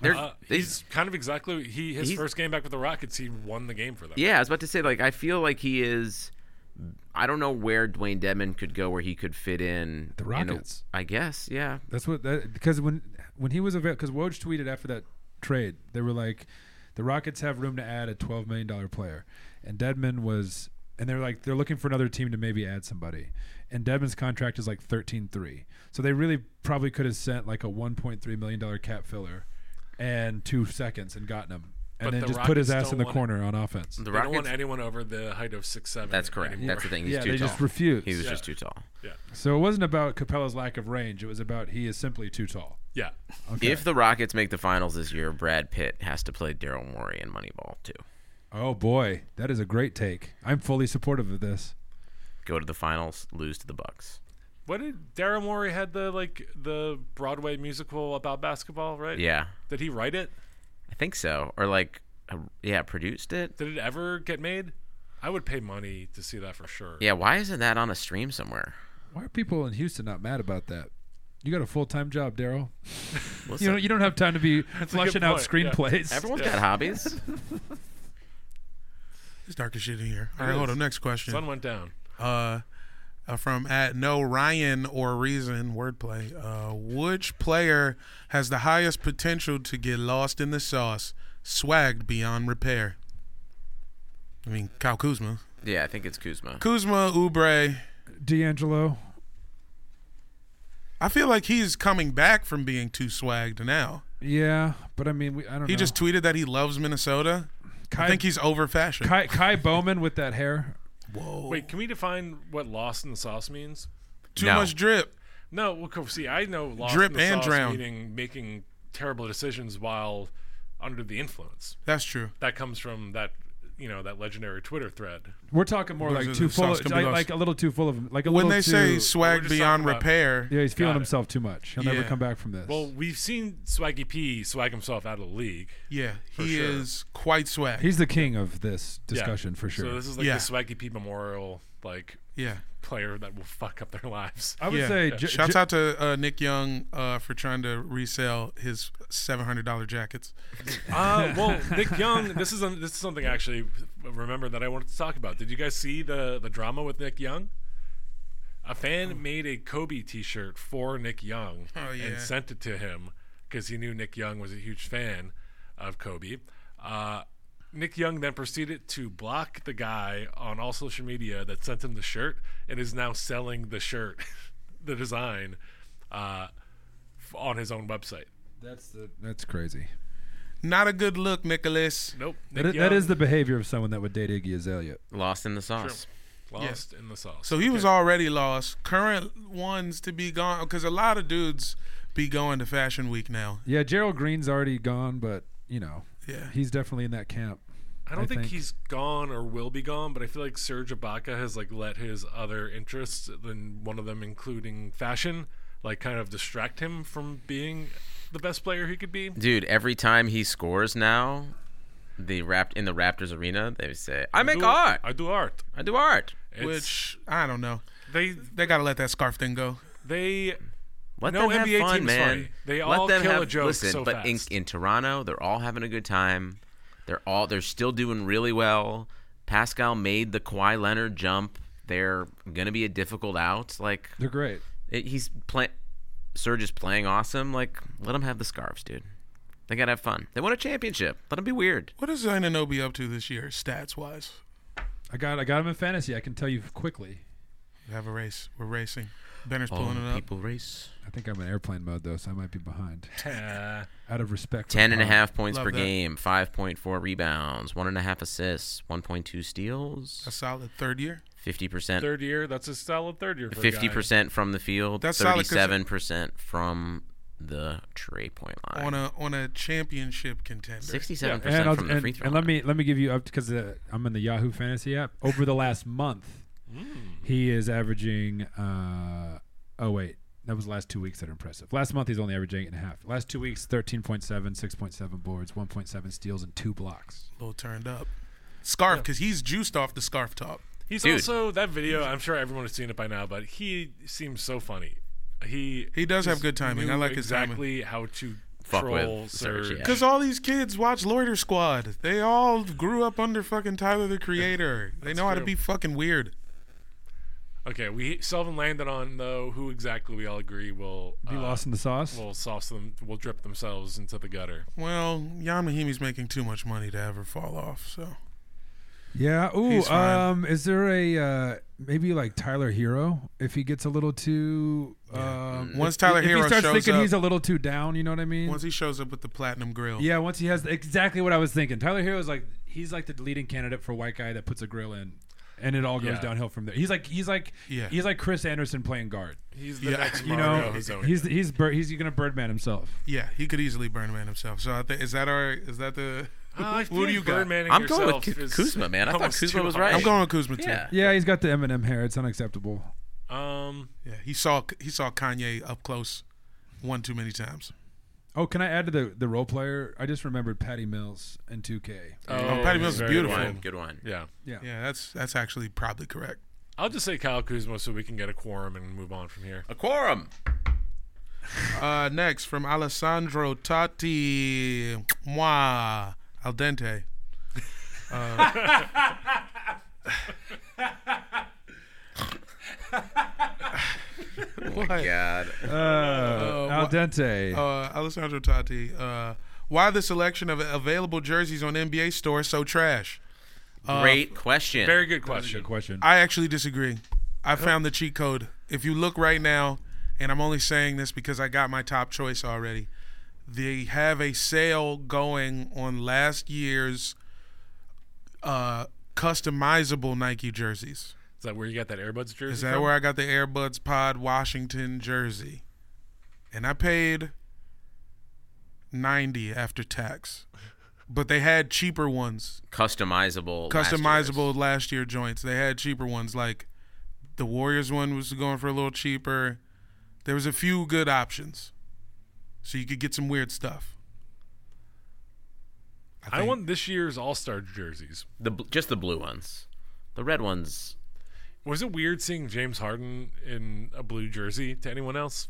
Speaker 1: they're,
Speaker 3: Uh,
Speaker 1: they-
Speaker 3: he's kind of exactly he his
Speaker 1: He's-
Speaker 3: first game back with the Rockets. He won the game for them.
Speaker 1: Yeah, I was about to say, like, I feel like he is. I don't know where Dwayne Dedman could go where he could fit in.
Speaker 4: The
Speaker 1: in a-
Speaker 4: Rockets.
Speaker 1: I guess, yeah.
Speaker 4: That's what that because when when he was available because Woj tweeted after that trade, they were like, the Rockets have room to add a twelve million dollar player, and Deadman was, and they're like they're looking for another team to maybe add somebody, and Deadman's contract is like thirteen three, so they really probably could have sent like a one point three million dollar cap filler, and two seconds and gotten him, and
Speaker 3: But
Speaker 4: then
Speaker 3: the
Speaker 4: just put his
Speaker 3: Rockets
Speaker 4: ass in the
Speaker 3: don't want
Speaker 4: corner on offense.
Speaker 1: The
Speaker 3: they don't want
Speaker 1: Rockets.
Speaker 3: anyone over the height of six seven.
Speaker 1: That's correct. That's the thing. He's
Speaker 4: yeah,
Speaker 1: too
Speaker 4: they
Speaker 1: tall.
Speaker 4: just refused.
Speaker 1: he was
Speaker 3: Yeah.
Speaker 1: just too tall.
Speaker 4: so it wasn't about Capella's lack of range; it was about he is simply too tall.
Speaker 3: Yeah,
Speaker 4: Okay.
Speaker 1: If the Rockets make the finals this year, Brad Pitt has to play Daryl Morey in Moneyball too.
Speaker 4: Oh boy, that is a great take. I'm fully supportive of this.
Speaker 1: Go to the finals, lose to the Bucks.
Speaker 3: What did Daryl Morey had the like the Broadway musical about basketball, right?
Speaker 1: Yeah,
Speaker 3: Did he write it?
Speaker 1: I think so. Or like, uh, yeah, produced it.
Speaker 3: Did it ever get made? I would pay money to see that for sure.
Speaker 1: Yeah, why isn't that on a stream somewhere?
Speaker 4: Why are people in Houston not mad about that? You got a full time job, Daryl.
Speaker 1: Listen,
Speaker 4: You don't, you don't have time to be
Speaker 3: good
Speaker 4: flushing out
Speaker 3: point, yeah.
Speaker 4: screenplays.
Speaker 1: everyone's
Speaker 3: Yeah.
Speaker 1: got hobbies.
Speaker 2: It's dark as shit in here. All right,
Speaker 3: is.
Speaker 2: hold up. Next question.
Speaker 3: Sun went down.
Speaker 2: uh, uh, from at no Ryan or reason wordplay. Uh, which player has the highest potential to get lost in the sauce, swagged beyond repair? I mean, Kyle Kuzma,
Speaker 1: yeah, I think it's Kuzma.
Speaker 2: Kuzma, Ubre.
Speaker 4: D'Angelo.
Speaker 2: I feel like he's coming back from being too swagged now.
Speaker 4: Yeah, but I mean, we, I don't
Speaker 2: He
Speaker 4: know.
Speaker 2: just tweeted that he loves Minnesota.
Speaker 4: Kai,
Speaker 2: I think he's over fashion.
Speaker 4: Kai, Kai Bowman with that hair.
Speaker 2: Whoa,
Speaker 3: Wait, can we define what lost in the sauce means?
Speaker 2: too
Speaker 1: No.
Speaker 2: much drip.
Speaker 3: No, well, co- see, I know lost
Speaker 2: Drip
Speaker 3: in the
Speaker 2: and
Speaker 3: sauce
Speaker 2: drown.
Speaker 3: meaning making terrible decisions while under the influence.
Speaker 2: That's true.
Speaker 3: That comes from that, you know, that legendary Twitter thread.
Speaker 4: We're talking more like
Speaker 2: Those are
Speaker 4: too
Speaker 2: the
Speaker 4: full,
Speaker 2: sauce
Speaker 4: of,
Speaker 2: can be
Speaker 4: like,
Speaker 2: lost.
Speaker 4: like a little too full of him. Like a
Speaker 2: When
Speaker 4: little
Speaker 2: they
Speaker 4: too,
Speaker 2: say
Speaker 3: we're
Speaker 2: swagged
Speaker 3: just
Speaker 2: beyond
Speaker 3: talking about-
Speaker 2: repair,
Speaker 4: yeah, he's feeling
Speaker 3: Got it.
Speaker 4: himself too much. He'll never
Speaker 2: Yeah.
Speaker 4: come back from this.
Speaker 3: Well, we've seen Swaggy P swag himself out of the league.
Speaker 2: yeah,
Speaker 3: For
Speaker 2: he
Speaker 3: sure.
Speaker 2: is quite swagged.
Speaker 4: he's the king of this discussion for sure.
Speaker 3: So this is like
Speaker 2: Yeah.
Speaker 3: the Swaggy P memorial, like
Speaker 2: yeah.
Speaker 3: player that will fuck up their lives.
Speaker 4: I would
Speaker 2: Yeah.
Speaker 4: say J-
Speaker 2: Shouts
Speaker 4: J-
Speaker 2: out to uh, Nick Young uh, for trying to resell his seven hundred dollar jackets.
Speaker 3: Uh, well, Nick Young. This is this is something I actually remember that I wanted to talk about. Did you guys see the the drama with Nick Young? A fan made a Kobe T-shirt for Nick Young
Speaker 2: Oh, yeah.
Speaker 3: and sent it to him because he knew Nick Young was a huge fan of Kobe. Uh, Nick Young then proceeded to block the guy on all social media that sent him the shirt and is now selling the shirt, the design, uh, f- on his own website.
Speaker 4: that's the that's crazy.
Speaker 2: Not a good look, Nicholas.
Speaker 3: Nope. Nick
Speaker 4: That is, that
Speaker 3: Young
Speaker 4: is the behavior of someone that would date Iggy Azalea.
Speaker 1: Lost in the sauce.
Speaker 3: lost in the sauce.
Speaker 2: So he was already lost. Current ones to be gone because a lot of dudes be going to Fashion Week now.
Speaker 4: Yeah, Gerald Green's already gone, but you know,
Speaker 2: Yeah.
Speaker 4: he's definitely in that camp.
Speaker 3: I don't
Speaker 4: I
Speaker 3: think,
Speaker 4: think.
Speaker 3: he's gone or will be gone, but I feel like Serge Ibaka has like let his other interests, than one of them including fashion, like kind of distract him from being the best player he could be.
Speaker 1: Dude, every time he scores now, the Rapt in the Raptors arena, they say, "I make
Speaker 3: do,
Speaker 1: art.
Speaker 3: I do art.
Speaker 1: I do art."
Speaker 3: It's,
Speaker 2: Which I don't know.
Speaker 3: they
Speaker 2: They gotta let that scarf thing go.
Speaker 3: they
Speaker 1: Let
Speaker 3: No
Speaker 1: them have
Speaker 3: NBA
Speaker 1: fun,
Speaker 3: team's
Speaker 1: man.
Speaker 3: funny. They
Speaker 1: Let
Speaker 3: all
Speaker 1: them
Speaker 3: kill a
Speaker 1: have,
Speaker 3: joke
Speaker 1: Listen,
Speaker 3: so
Speaker 1: but in
Speaker 3: fast.
Speaker 1: in Toronto, they're all having a good time. They're all they're still doing really well. Pascal made the Kawhi Leonard jump. They're gonna be a difficult out. Like
Speaker 4: They're great.
Speaker 1: it, he's playing. Serge is playing awesome. Like let them have the scarves, dude. They gotta have fun. They won a championship. Let them be weird.
Speaker 2: What is Ananobi up to this year, stats wise?
Speaker 4: I got I got him in fantasy. I can tell you quickly.
Speaker 2: We have a race. We're racing. Benner's pulling it up.
Speaker 1: people race.
Speaker 4: I think I'm in airplane mode though, so I might be behind.
Speaker 3: uh,
Speaker 4: Out of respect, for
Speaker 1: Ten and a
Speaker 4: Pod.
Speaker 1: half points
Speaker 2: Love
Speaker 1: per
Speaker 2: that.
Speaker 1: game, five point four rebounds, one and a half assists, one point two
Speaker 2: A
Speaker 1: steals,
Speaker 2: solid third year.
Speaker 1: fifty percent
Speaker 3: third year. That's a solid third year. for a
Speaker 1: fifty
Speaker 3: guy.
Speaker 1: percent from the field,
Speaker 2: That's solid 'cause-
Speaker 1: thirty-seven percent from the three point
Speaker 2: On
Speaker 1: line,
Speaker 2: a on a championship contender.
Speaker 1: sixty-seven
Speaker 4: And,
Speaker 1: percent
Speaker 4: I'll,
Speaker 1: from the
Speaker 4: and-
Speaker 1: free throw.
Speaker 4: and
Speaker 1: line.
Speaker 4: let me let me give you up because uh, I'm in the Yahoo Fantasy app. Over the last month, he is averaging. Uh, oh wait, that was the last two weeks that are impressive. Last month he's only averaging eight and a half. Last two weeks, 13.7, 6.7 boards, 1.7 steals, and two blocks.
Speaker 2: A little turned up. Scarf, because he's juiced off the scarf top.
Speaker 3: He's
Speaker 1: Dude.
Speaker 3: also that video. I'm sure everyone has seen it by now, but he seems so funny. He
Speaker 2: He does have
Speaker 3: just
Speaker 2: good timing. I
Speaker 3: knew
Speaker 2: like his timing.
Speaker 3: exactly how to
Speaker 1: Fuck with
Speaker 3: troll
Speaker 1: Serge, yeah.
Speaker 3: Serge.
Speaker 2: Because all these kids watch Loiter Squad. They all grew up under fucking Tyler the Creator. They know how to
Speaker 3: true.
Speaker 2: be fucking weird.
Speaker 3: Okay, we Selvin landed on though who exactly we all agree will
Speaker 4: Be
Speaker 3: uh,
Speaker 4: lost in the sauce.
Speaker 3: will sauce them will drip themselves into the gutter.
Speaker 2: Well, Yan Mahimi's making too much money to ever fall off. So
Speaker 4: yeah. Ooh.
Speaker 2: He's fine.
Speaker 4: Um. Is there a uh, maybe like Tyler Hero if he gets a little too? Um,
Speaker 2: Mm. Once
Speaker 4: if-
Speaker 2: Tyler
Speaker 4: if
Speaker 2: Hero
Speaker 4: he starts
Speaker 2: shows
Speaker 4: thinking
Speaker 2: up-
Speaker 4: he's a little too down, you know what I mean?
Speaker 2: once he shows up with the platinum grill,
Speaker 4: Yeah, once he has exactly what I was thinking. Tyler Hero is like he's like the leading candidate for white guy that puts a grill in, and it all goes
Speaker 3: Yeah.
Speaker 4: downhill from there. He's like he's like
Speaker 2: Yeah.
Speaker 4: he's like Chris Anderson playing guard.
Speaker 3: He's the
Speaker 2: Yeah.
Speaker 3: next
Speaker 4: You
Speaker 3: Mario
Speaker 4: know,
Speaker 2: Oh,
Speaker 3: Hazonia.
Speaker 4: he's he's bir- he's gonna Birdman himself.
Speaker 2: yeah, he could easily burn man himself. So I think is that our is that the
Speaker 3: Ah, I
Speaker 2: who do
Speaker 3: feel
Speaker 2: you got?
Speaker 3: Birdmanning
Speaker 1: I'm going with
Speaker 3: yourself
Speaker 1: Ku-
Speaker 3: is
Speaker 1: Kuzma, man. I thought
Speaker 3: almost
Speaker 1: Kuzma
Speaker 3: too
Speaker 1: was
Speaker 3: high.
Speaker 1: right.
Speaker 2: I'm going with Kuzma too.
Speaker 1: yeah.
Speaker 4: Yeah, he's got the Eminem hair. It's unacceptable.
Speaker 3: Um,
Speaker 2: Yeah, he saw he saw Kanye up close one too many times.
Speaker 4: Oh, can I add to the the role player? I just remembered Patty Mills and 2K.
Speaker 2: Oh, Patty Mills is
Speaker 3: very
Speaker 2: beautiful.
Speaker 1: Good
Speaker 3: good.
Speaker 1: one. Good one.
Speaker 3: Yeah.
Speaker 2: Yeah, that's that's actually probably correct.
Speaker 3: I'll just say Kyle Kuzma so we can get a quorum and move on from here.
Speaker 1: A quorum.
Speaker 2: Uh, next from Alessandro Tati, moi al dente. Uh, what?
Speaker 1: God.
Speaker 4: Uh, al
Speaker 2: what-
Speaker 4: dente.
Speaker 3: Oh,
Speaker 2: Uh, Alessandro Tati, uh, why the selection of available jerseys on NBA store so trash? Uh,
Speaker 1: Great question.
Speaker 3: Very good question.
Speaker 4: Good question.
Speaker 2: I actually disagree. I found the cheat code. If you look right now, and I'm only saying this because I got my top choice already, they have a sale going on last year's uh, customizable Nike jerseys.
Speaker 3: Is that where you got that Airbuds jersey?
Speaker 2: Is that
Speaker 3: from?
Speaker 2: where I got the Airbuds Pod Washington jersey? And I paid 90 after tax. But they had cheaper ones
Speaker 1: Customizable. last
Speaker 2: customizable last year joints. They had cheaper ones like the Warriors one was going for a little cheaper. There was a few good options. So you could get some weird stuff.
Speaker 3: I
Speaker 2: think-
Speaker 3: want this year's All Star jerseys.
Speaker 1: year's. The bl- just the blue ones. The red ones.
Speaker 3: Was it weird seeing James Harden in a blue jersey to anyone else?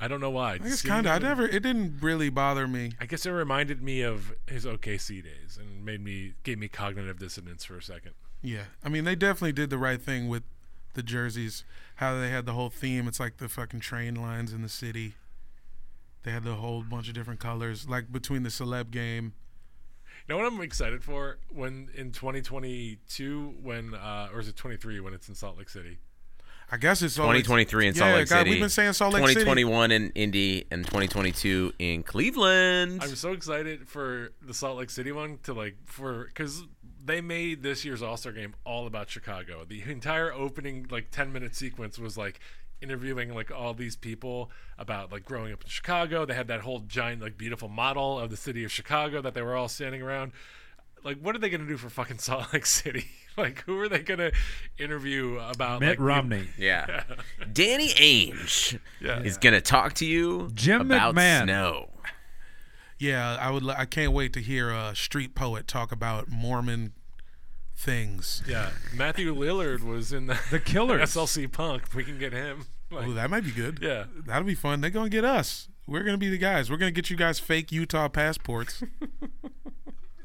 Speaker 3: I don't know why.
Speaker 2: I guess kind of I never it didn't really bother me.
Speaker 3: I guess it reminded me of his OKC days and made me gave me cognitive dissonance for a second.
Speaker 2: Yeah. I mean, they definitely did the right thing with the jerseys. How they had the whole theme. It's like the fucking train lines in the city. They had the whole bunch of different colors like between the celeb game
Speaker 3: You know what I'm excited for when in 2022 when uh, or is it 23 when it's in Salt Lake City?
Speaker 2: I guess it's always-
Speaker 1: 2023 in Salt
Speaker 2: yeah,
Speaker 1: Lake
Speaker 2: God,
Speaker 1: City.
Speaker 2: We've been saying Salt Lake City.
Speaker 1: 2021 in Indy and 2022 in Cleveland.
Speaker 3: I'm so excited for the Salt Lake City one to like for because they made this year's All Star game all about Chicago. The entire opening like 10 minute sequence was like interviewing like all these people about like growing up in Chicago. They had that whole giant like beautiful model of the city of Chicago that they were all standing around. Like, what are they gonna do for fucking Salt Lake City? like, who are they gonna interview about?
Speaker 4: Mitt
Speaker 3: like, the-
Speaker 4: Romney.
Speaker 1: yeah. Danny Ainge
Speaker 3: Yeah.
Speaker 1: is going to talk to you
Speaker 4: Jim
Speaker 1: about
Speaker 4: McMahon.
Speaker 1: snow.
Speaker 2: Yeah, I would. li- I can't wait to hear a street poet talk about Mormon things.
Speaker 3: Yeah, Matthew Lillard was in the,
Speaker 4: The Killers.
Speaker 3: SLC Punk. If we can get him. Like,
Speaker 2: Ooh, that might be good.
Speaker 3: yeah.
Speaker 2: that'll be fun. They're gonna get us. We're gonna be the guys. We're gonna get you guys fake Utah passports,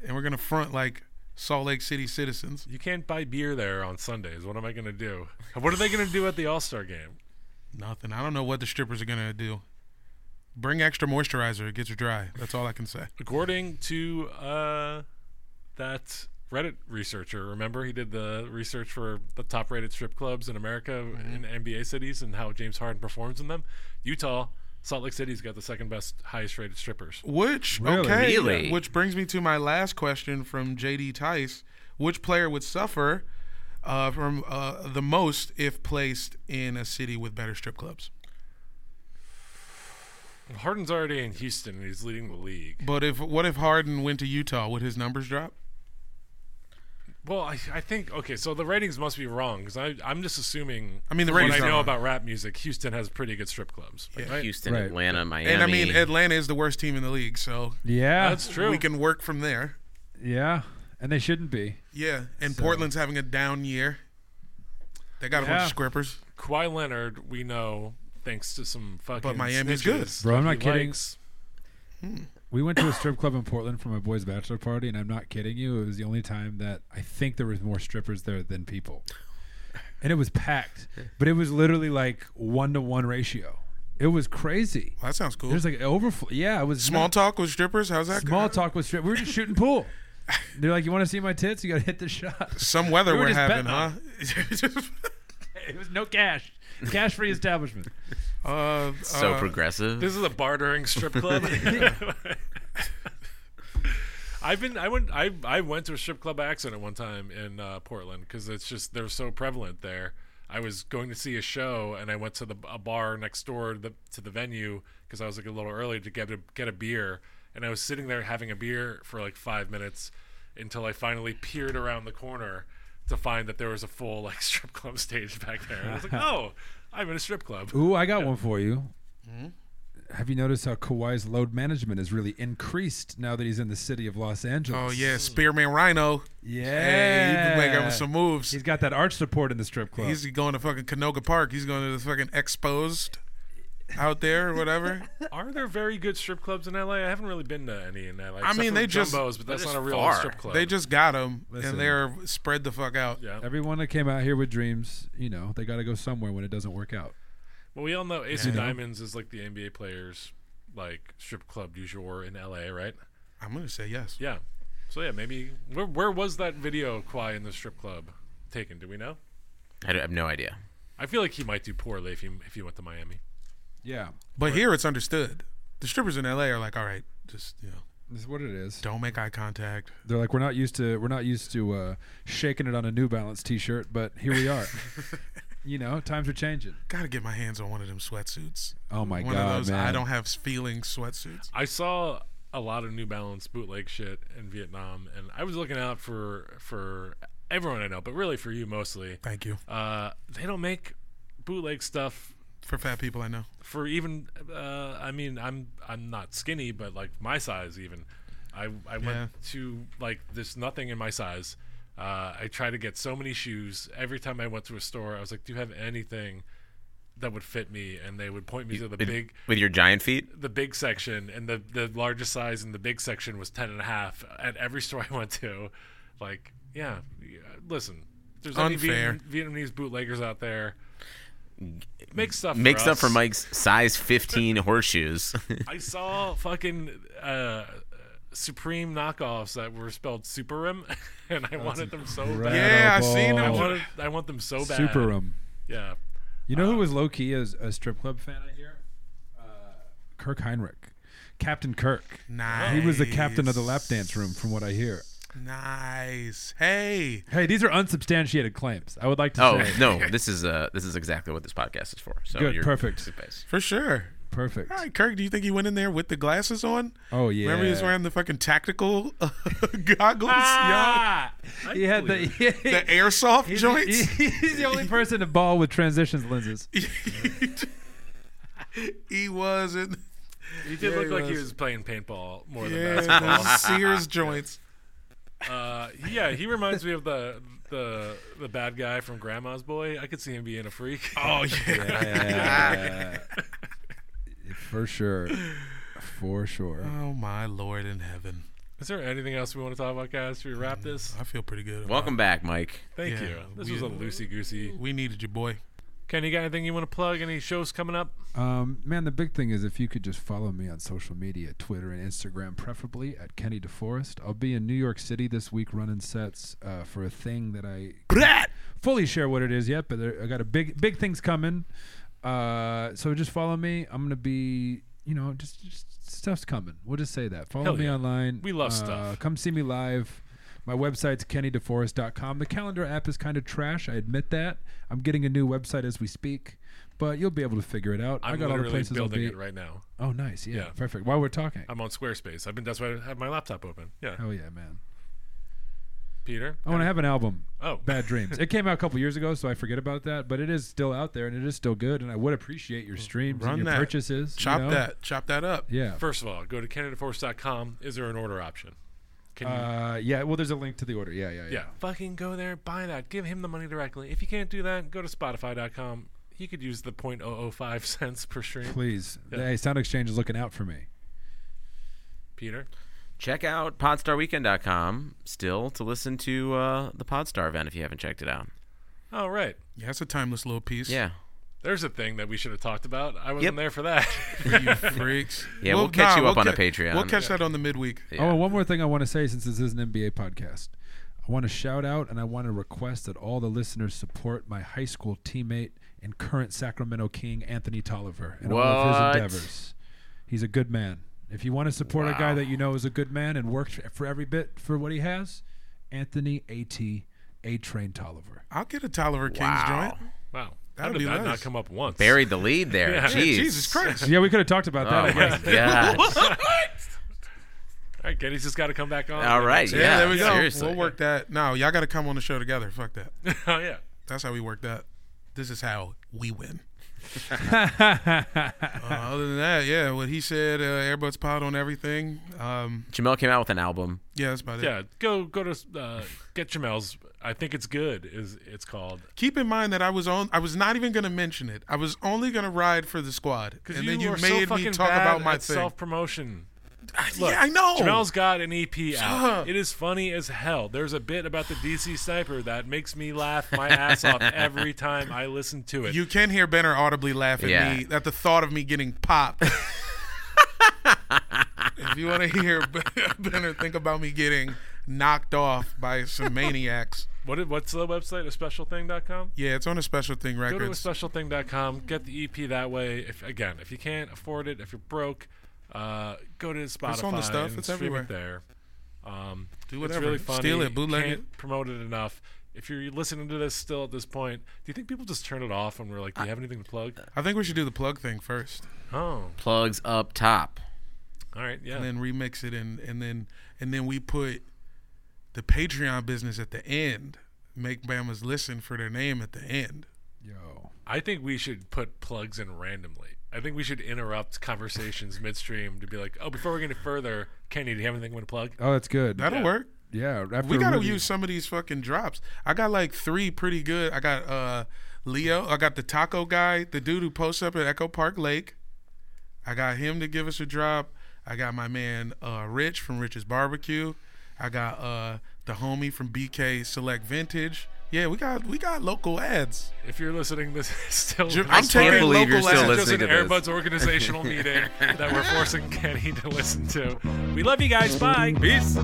Speaker 2: and we're gonna front like Salt Lake City citizens.
Speaker 3: You can't buy beer there on Sundays. What am I going to do? What are they going to do at the All Star game?
Speaker 2: Nothing. I don't know what the strippers are gonna do. Bring extra moisturizer. It gets you dry. That's all I can say.
Speaker 3: According to uh, that Reddit researcher, remember he did the research for the top rated strip clubs in America
Speaker 2: Mm-hmm.
Speaker 3: in NBA cities and how James Harden performs in them. Utah, Salt Lake City's got the second best, highest rated strippers.
Speaker 2: Which
Speaker 4: Really?
Speaker 2: okay,
Speaker 1: Really?
Speaker 2: which brings me to my last question from JD Tice: Which player would suffer uh, from uh, the most if placed in a city with better strip clubs?
Speaker 3: Harden's already in Houston and he's leading the league.
Speaker 2: But if what if Harden went to Utah? Would his numbers drop?
Speaker 3: Well, I, I think okay, so the ratings must be wrong because I'm just assuming.
Speaker 2: I mean, the
Speaker 3: what I
Speaker 2: ratings
Speaker 3: know
Speaker 2: are wrong.
Speaker 3: about rap music, Houston has pretty good strip clubs. Like, I-
Speaker 1: Houston,
Speaker 4: Right.
Speaker 1: Atlanta, Miami.
Speaker 2: And I mean, Atlanta is the worst team in the league, so
Speaker 4: Yeah.
Speaker 3: that's true.
Speaker 2: we can work from there.
Speaker 4: yeah. And they shouldn't be.
Speaker 2: Yeah, and Portland's having a down year. They got a bunch
Speaker 4: Yeah.
Speaker 2: of scrippers.
Speaker 3: Kawhi Leonard, we know thanks to some fucking.
Speaker 2: But Miami's good.
Speaker 3: snitches
Speaker 4: Bro, I'm
Speaker 3: that
Speaker 4: not
Speaker 3: he
Speaker 4: kidding.
Speaker 3: likes.
Speaker 4: We went to a strip club in Portland for my boy's bachelor party, and I'm not kidding you. It was the only time that I think there was more strippers there than people, and it was packed. But it was literally like one to one ratio. It was crazy.
Speaker 2: Well, that sounds cool.
Speaker 4: There's like overflow. Yeah, it was
Speaker 2: Small
Speaker 4: nuts.
Speaker 2: talk with strippers. How's that?
Speaker 4: Small
Speaker 2: going?
Speaker 4: talk was strip. We were just shooting pool. They're like, "You want to see my tits? You got to hit the shot."
Speaker 2: Some weather
Speaker 4: We were
Speaker 2: we're,
Speaker 4: just
Speaker 2: having,
Speaker 4: betting
Speaker 2: huh?
Speaker 4: on It was no cash. Cash free establishment.
Speaker 2: uh,
Speaker 1: so
Speaker 2: uh,
Speaker 1: progressive.
Speaker 3: This is a bartering strip club. I've been. I went. I I went to a strip club by accident one time in uh, Portland because it's just they're so prevalent there. I was going to see a show and I went to the a bar next door to the, to the venue because I was like a little early to get a get a beer and I was sitting there having a beer for like five minutes until I finally peered around the corner to find that there was a full like strip club stage back there. And I was like, oh, I'm in a strip club.
Speaker 4: Ooh, I got one for you.
Speaker 2: Mm-hmm.
Speaker 4: Have you noticed how Kawhi's load management has really increased now that he's in the city of Los Angeles?
Speaker 2: Oh yeah, Spearman Rhino.
Speaker 4: yeah.
Speaker 2: Hey, he been making some moves.
Speaker 4: He's got that arch support in the strip club.
Speaker 2: He's going to fucking Canoga Park. He's going to the fucking exposed out there or whatever.
Speaker 3: Are there very good strip clubs in LA? I haven't really been to any in LA.
Speaker 2: I
Speaker 3: except
Speaker 2: mean,
Speaker 3: for
Speaker 2: they just-
Speaker 3: Jumbo's, but that's
Speaker 1: just
Speaker 3: not a real
Speaker 1: far.
Speaker 3: strip club.
Speaker 2: they just got him
Speaker 4: Listen.
Speaker 2: and they're spread the fuck out.
Speaker 3: yeah.
Speaker 4: Everyone that came out here with dreams, you know, they got to go somewhere when it doesn't work out.
Speaker 3: Well, we all know AC
Speaker 4: Yeah.
Speaker 3: Diamonds is like the NBA players, like strip club du jour in LA, right?
Speaker 2: I'm gonna say yes.
Speaker 3: Yeah. So yeah, maybe where where was that video of Kawhi in the strip club taken? Do we know?
Speaker 1: I d- I have no idea.
Speaker 3: I feel like he might do poorly if he if he went to Miami.
Speaker 4: Yeah.
Speaker 2: But here it's understood. The strippers in LA are like, all right, just you know,
Speaker 4: This is what it is.
Speaker 2: don't make eye contact.
Speaker 4: They're like, we're not used to we're not used to uh, shaking it on a New Balance T-shirt, but here we are. you know, times are changing.
Speaker 2: Gotta get my hands on one of them sweatsuits.
Speaker 4: Oh my
Speaker 2: one
Speaker 4: god,
Speaker 2: of those
Speaker 4: man!
Speaker 2: I don't have feelings sweatsuits.
Speaker 3: I saw a lot of New Balance bootleg shit in Vietnam, and I was looking out for for everyone I know, but really for you mostly.
Speaker 2: Thank you
Speaker 3: Uh, they don't make bootleg stuff
Speaker 2: for fat people I know.
Speaker 3: for even. Uh, I mean, I'm I'm not skinny, but like my size even. I I
Speaker 2: Yeah.
Speaker 3: went to like there's nothing in my size. Uh, I tried to get so many shoes. Every time I went to a store, I was like, "Do you have anything that would fit me?" And they would point me to the
Speaker 1: With,
Speaker 3: big
Speaker 1: with your giant feet?
Speaker 3: the big section and the the largest size in the big section was 10 and a half at every store i went to like yeah yeah, listen if there's
Speaker 2: Unfair.
Speaker 3: any Vietnam, vietnamese bootleggers out there make stuff
Speaker 1: Mix
Speaker 3: for
Speaker 1: up for
Speaker 3: us.
Speaker 1: Mike's size 15 horseshoes.
Speaker 3: i saw fucking uh supreme knockoffs that were spelled superim and i wanted them so bad
Speaker 2: Yeah, I seen
Speaker 3: i
Speaker 2: them.
Speaker 3: wanted i want them so bad
Speaker 4: Super room.
Speaker 3: yeah
Speaker 4: You know who was low key as a strip club fan out here? Uh, Kirk Heinrich, Captain Kirk.
Speaker 2: Nice.
Speaker 4: He was the captain of the lap dance room, from what I hear.
Speaker 2: Nice. Hey,
Speaker 4: Hey, these are unsubstantiated claims. I would like to
Speaker 1: oh,
Speaker 4: say.
Speaker 1: no, this is uh this is exactly what this podcast is for. So
Speaker 4: Good,
Speaker 1: you're
Speaker 4: perfect.
Speaker 1: good base.
Speaker 2: for sure.
Speaker 4: Perfect.
Speaker 2: All right, Kirk, do you think he went in there with the glasses on?
Speaker 4: Oh yeah.
Speaker 2: Remember he was wearing the fucking tactical uh, goggles,
Speaker 3: I
Speaker 1: Ah.
Speaker 4: Ah! He had the.
Speaker 3: believe it.
Speaker 2: yo, the airsoft
Speaker 4: he's,
Speaker 2: joints.
Speaker 4: he- he's the only person to ball with transitions lenses.
Speaker 2: he was in
Speaker 3: he did
Speaker 2: Yeah,
Speaker 3: look
Speaker 2: he
Speaker 3: like he
Speaker 2: was.
Speaker 3: was playing paintball more
Speaker 2: yeah,
Speaker 3: than basketball
Speaker 2: those Sears joints.
Speaker 3: Uh, yeah, he reminds me of the the the bad guy from Grandma's Boy. I could see him being a freak.
Speaker 2: Oh yeah.
Speaker 4: Yeah. For sure. For sure.
Speaker 2: Oh my lord in heaven.
Speaker 3: Is there anything else we want to talk about, guys? Should we wrap this?
Speaker 2: I feel pretty good. about
Speaker 1: Welcome back, Mike.
Speaker 3: Thank
Speaker 2: Yeah,
Speaker 3: you. This
Speaker 2: we-
Speaker 3: was a loosey goosey.
Speaker 2: it. We needed you, boy.
Speaker 3: Ken, you got anything you want to plug? Any shows coming up?
Speaker 4: Um, man, the big thing is if you could just follow me on social media, Twitter and Instagram, preferably at Kenny DeForest. I'll be in New York City this week running sets uh, for a thing that I can't fully share what it is yet, but there, I got a big big things coming. Uh, so just follow me. I'm gonna be, you know, just, just stuff's coming. We'll just say that. Follow
Speaker 3: Hell
Speaker 4: me
Speaker 3: yeah.
Speaker 4: online.
Speaker 3: We love
Speaker 4: Uh,
Speaker 3: stuff.
Speaker 4: Come see me live. My website's kennydeforest.com. The calendar app is kind of trash. I admit that. I'm getting a new website as we speak, but you'll be able to figure it out. I
Speaker 3: I'm
Speaker 4: got all the
Speaker 3: literally
Speaker 4: places I'll
Speaker 3: building
Speaker 4: be.
Speaker 3: it right now.
Speaker 4: Oh, nice. Yeah,
Speaker 3: Yeah.
Speaker 4: perfect. While we're talking.
Speaker 3: I'm on Squarespace. I've been that's why I have my laptop open. Yeah,
Speaker 4: Hell yeah, man.
Speaker 3: Peter.
Speaker 4: Oh, and I have an album,
Speaker 3: Oh,
Speaker 4: Bad Dreams. it came out a couple years ago, so I forget about that, but it is still out there and it is still good. And I would appreciate your streams
Speaker 2: Run
Speaker 4: and your
Speaker 2: that.
Speaker 4: purchases. you
Speaker 2: Chop
Speaker 4: know?
Speaker 2: that. Chop that up.
Speaker 4: Yeah.
Speaker 3: First of all, go to CanadaForce.com. Is there an order option? Can you?
Speaker 4: Uh, yeah. Well, there's a link to the order. Yeah, yeah, yeah.
Speaker 3: yeah, fucking go there, buy that, give him the money directly. If you can't do that, go to Spotify.com. He could use the 0.005 cents per stream.
Speaker 4: Please.
Speaker 3: Yeah.
Speaker 4: Hey, Sound Exchange is looking out for me.
Speaker 3: Peter.
Speaker 1: Check out podstarweekend.com still to listen to uh, the Podstar event if you haven't checked it out.
Speaker 3: All Oh, right.
Speaker 2: Yeah, that's a timeless little piece.
Speaker 1: Yeah.
Speaker 3: There's a thing that we should have talked about. I wasn't
Speaker 1: Yep.
Speaker 3: there for that.
Speaker 2: You freaks.
Speaker 1: Yeah, we'll catch you up on a
Speaker 2: ca-
Speaker 1: Patreon.
Speaker 2: We'll catch that on the midweek.
Speaker 1: Yeah.
Speaker 4: Oh, and one more thing I want to say since this is an NBA podcast. I want to shout out and I want to request that all the listeners support my high school teammate and current Sacramento King, Anthony Tolliver, and all of
Speaker 1: What?
Speaker 4: his endeavors. He's a good man. If you want to support a guy
Speaker 1: Wow.
Speaker 4: that you know is a good man and works for every bit for what he has, Anthony A.T. A Train Tolliver.
Speaker 2: I'll get a Tolliver Kings
Speaker 1: Wow.
Speaker 2: joint.
Speaker 3: wow. How
Speaker 2: That'd
Speaker 3: did
Speaker 2: be
Speaker 3: that not
Speaker 2: nice.
Speaker 3: come up once?
Speaker 1: Buried the lead there.
Speaker 3: Yeah.
Speaker 1: Jeez.
Speaker 2: Jesus Christ.
Speaker 4: Yeah, we could have talked about
Speaker 1: Oh
Speaker 4: that.
Speaker 1: my god.
Speaker 3: All right, Kenny's just got to come back on.
Speaker 1: All right.
Speaker 2: Yeah,
Speaker 1: Yeah,
Speaker 2: there we go.
Speaker 1: Seriously.
Speaker 2: We'll work that. No, y'all got to come on the show together. Fuck that.
Speaker 3: oh yeah.
Speaker 2: That's how we work that. This is how we win. Uh, other than that, yeah, what he said, uh, Airbuds Pod on everything. Um,
Speaker 1: Jamel came out with an album.
Speaker 2: yeah, that's about it.
Speaker 3: Yeah, go go to uh, get Jamel's. I think it's good. Is it's called
Speaker 2: Keep in mind that I was on. I was not even going to mention it. I was only going to ride for the squad,
Speaker 3: because
Speaker 2: and then you
Speaker 3: are so
Speaker 2: made me
Speaker 3: fucking
Speaker 2: talk
Speaker 3: bad
Speaker 2: about my
Speaker 3: at
Speaker 2: thing.
Speaker 3: self promotion.
Speaker 2: yeah, I know.
Speaker 3: Jamel's got an EP
Speaker 2: up.
Speaker 3: out. It is funny as hell. There's a bit about the DC sniper that makes me laugh my ass off every time I listen to it.
Speaker 2: you can hear Benner audibly laugh at
Speaker 1: Yeah.
Speaker 2: me at the thought of me getting popped. if you want to hear Benner think about me getting knocked off by some maniacs,
Speaker 3: what i- what's the website? A specialthing.com?
Speaker 2: yeah, it's on a special thing
Speaker 3: Go to a
Speaker 2: records.
Speaker 3: specialthing.com, get the EP that way. If again, if you can't afford it, if you're broke, uh, go to Spotify
Speaker 2: on the stuff.
Speaker 3: and
Speaker 2: It's
Speaker 3: stream
Speaker 2: everywhere.
Speaker 3: it there. Um,
Speaker 2: Do
Speaker 3: It's
Speaker 2: whatever.
Speaker 3: really funny.
Speaker 2: Steal it, bootleg
Speaker 3: Can't
Speaker 2: it.
Speaker 3: Promote it enough. If you're listening to this still at this point, do you think people just turn it off and we're like, "Do you have anything to plug?"
Speaker 2: I think we should do the plug thing first.
Speaker 3: Oh, all
Speaker 1: Plugs up top.
Speaker 3: right, yeah.
Speaker 2: and then remix it and and then and then we put the Patreon business at the end. Make Bama's listen for their name at the end.
Speaker 4: Yo.
Speaker 3: I think we should put plugs in randomly. I think we should interrupt conversations midstream to be like, "Oh, before we get any further, Kenny, do you have anything you want to plug?"
Speaker 4: Oh, that's good.
Speaker 2: That'll work.
Speaker 4: yeah. After
Speaker 2: We gotta
Speaker 4: Rudy-
Speaker 2: use some of these fucking drops. I got like three pretty good. I got uh Leo. I got the taco guy, the dude who posts up at Echo Park Lake. I got him to give us a drop. I got my man uh Rich from Rich's Barbecue. I got uh the homie from BK Select Vintage. Yeah, we got we got local ads.
Speaker 3: If you're listening, this is still
Speaker 2: Ju-
Speaker 3: this
Speaker 2: I'm
Speaker 3: is
Speaker 2: taking
Speaker 1: Can't believe you're
Speaker 2: local
Speaker 1: still
Speaker 2: ads.
Speaker 3: just
Speaker 1: listening
Speaker 3: an
Speaker 1: to
Speaker 3: Airbuds
Speaker 1: this.
Speaker 3: organizational meeting that we're forcing Kenny to listen to. We love you guys. Bye.
Speaker 1: Peace.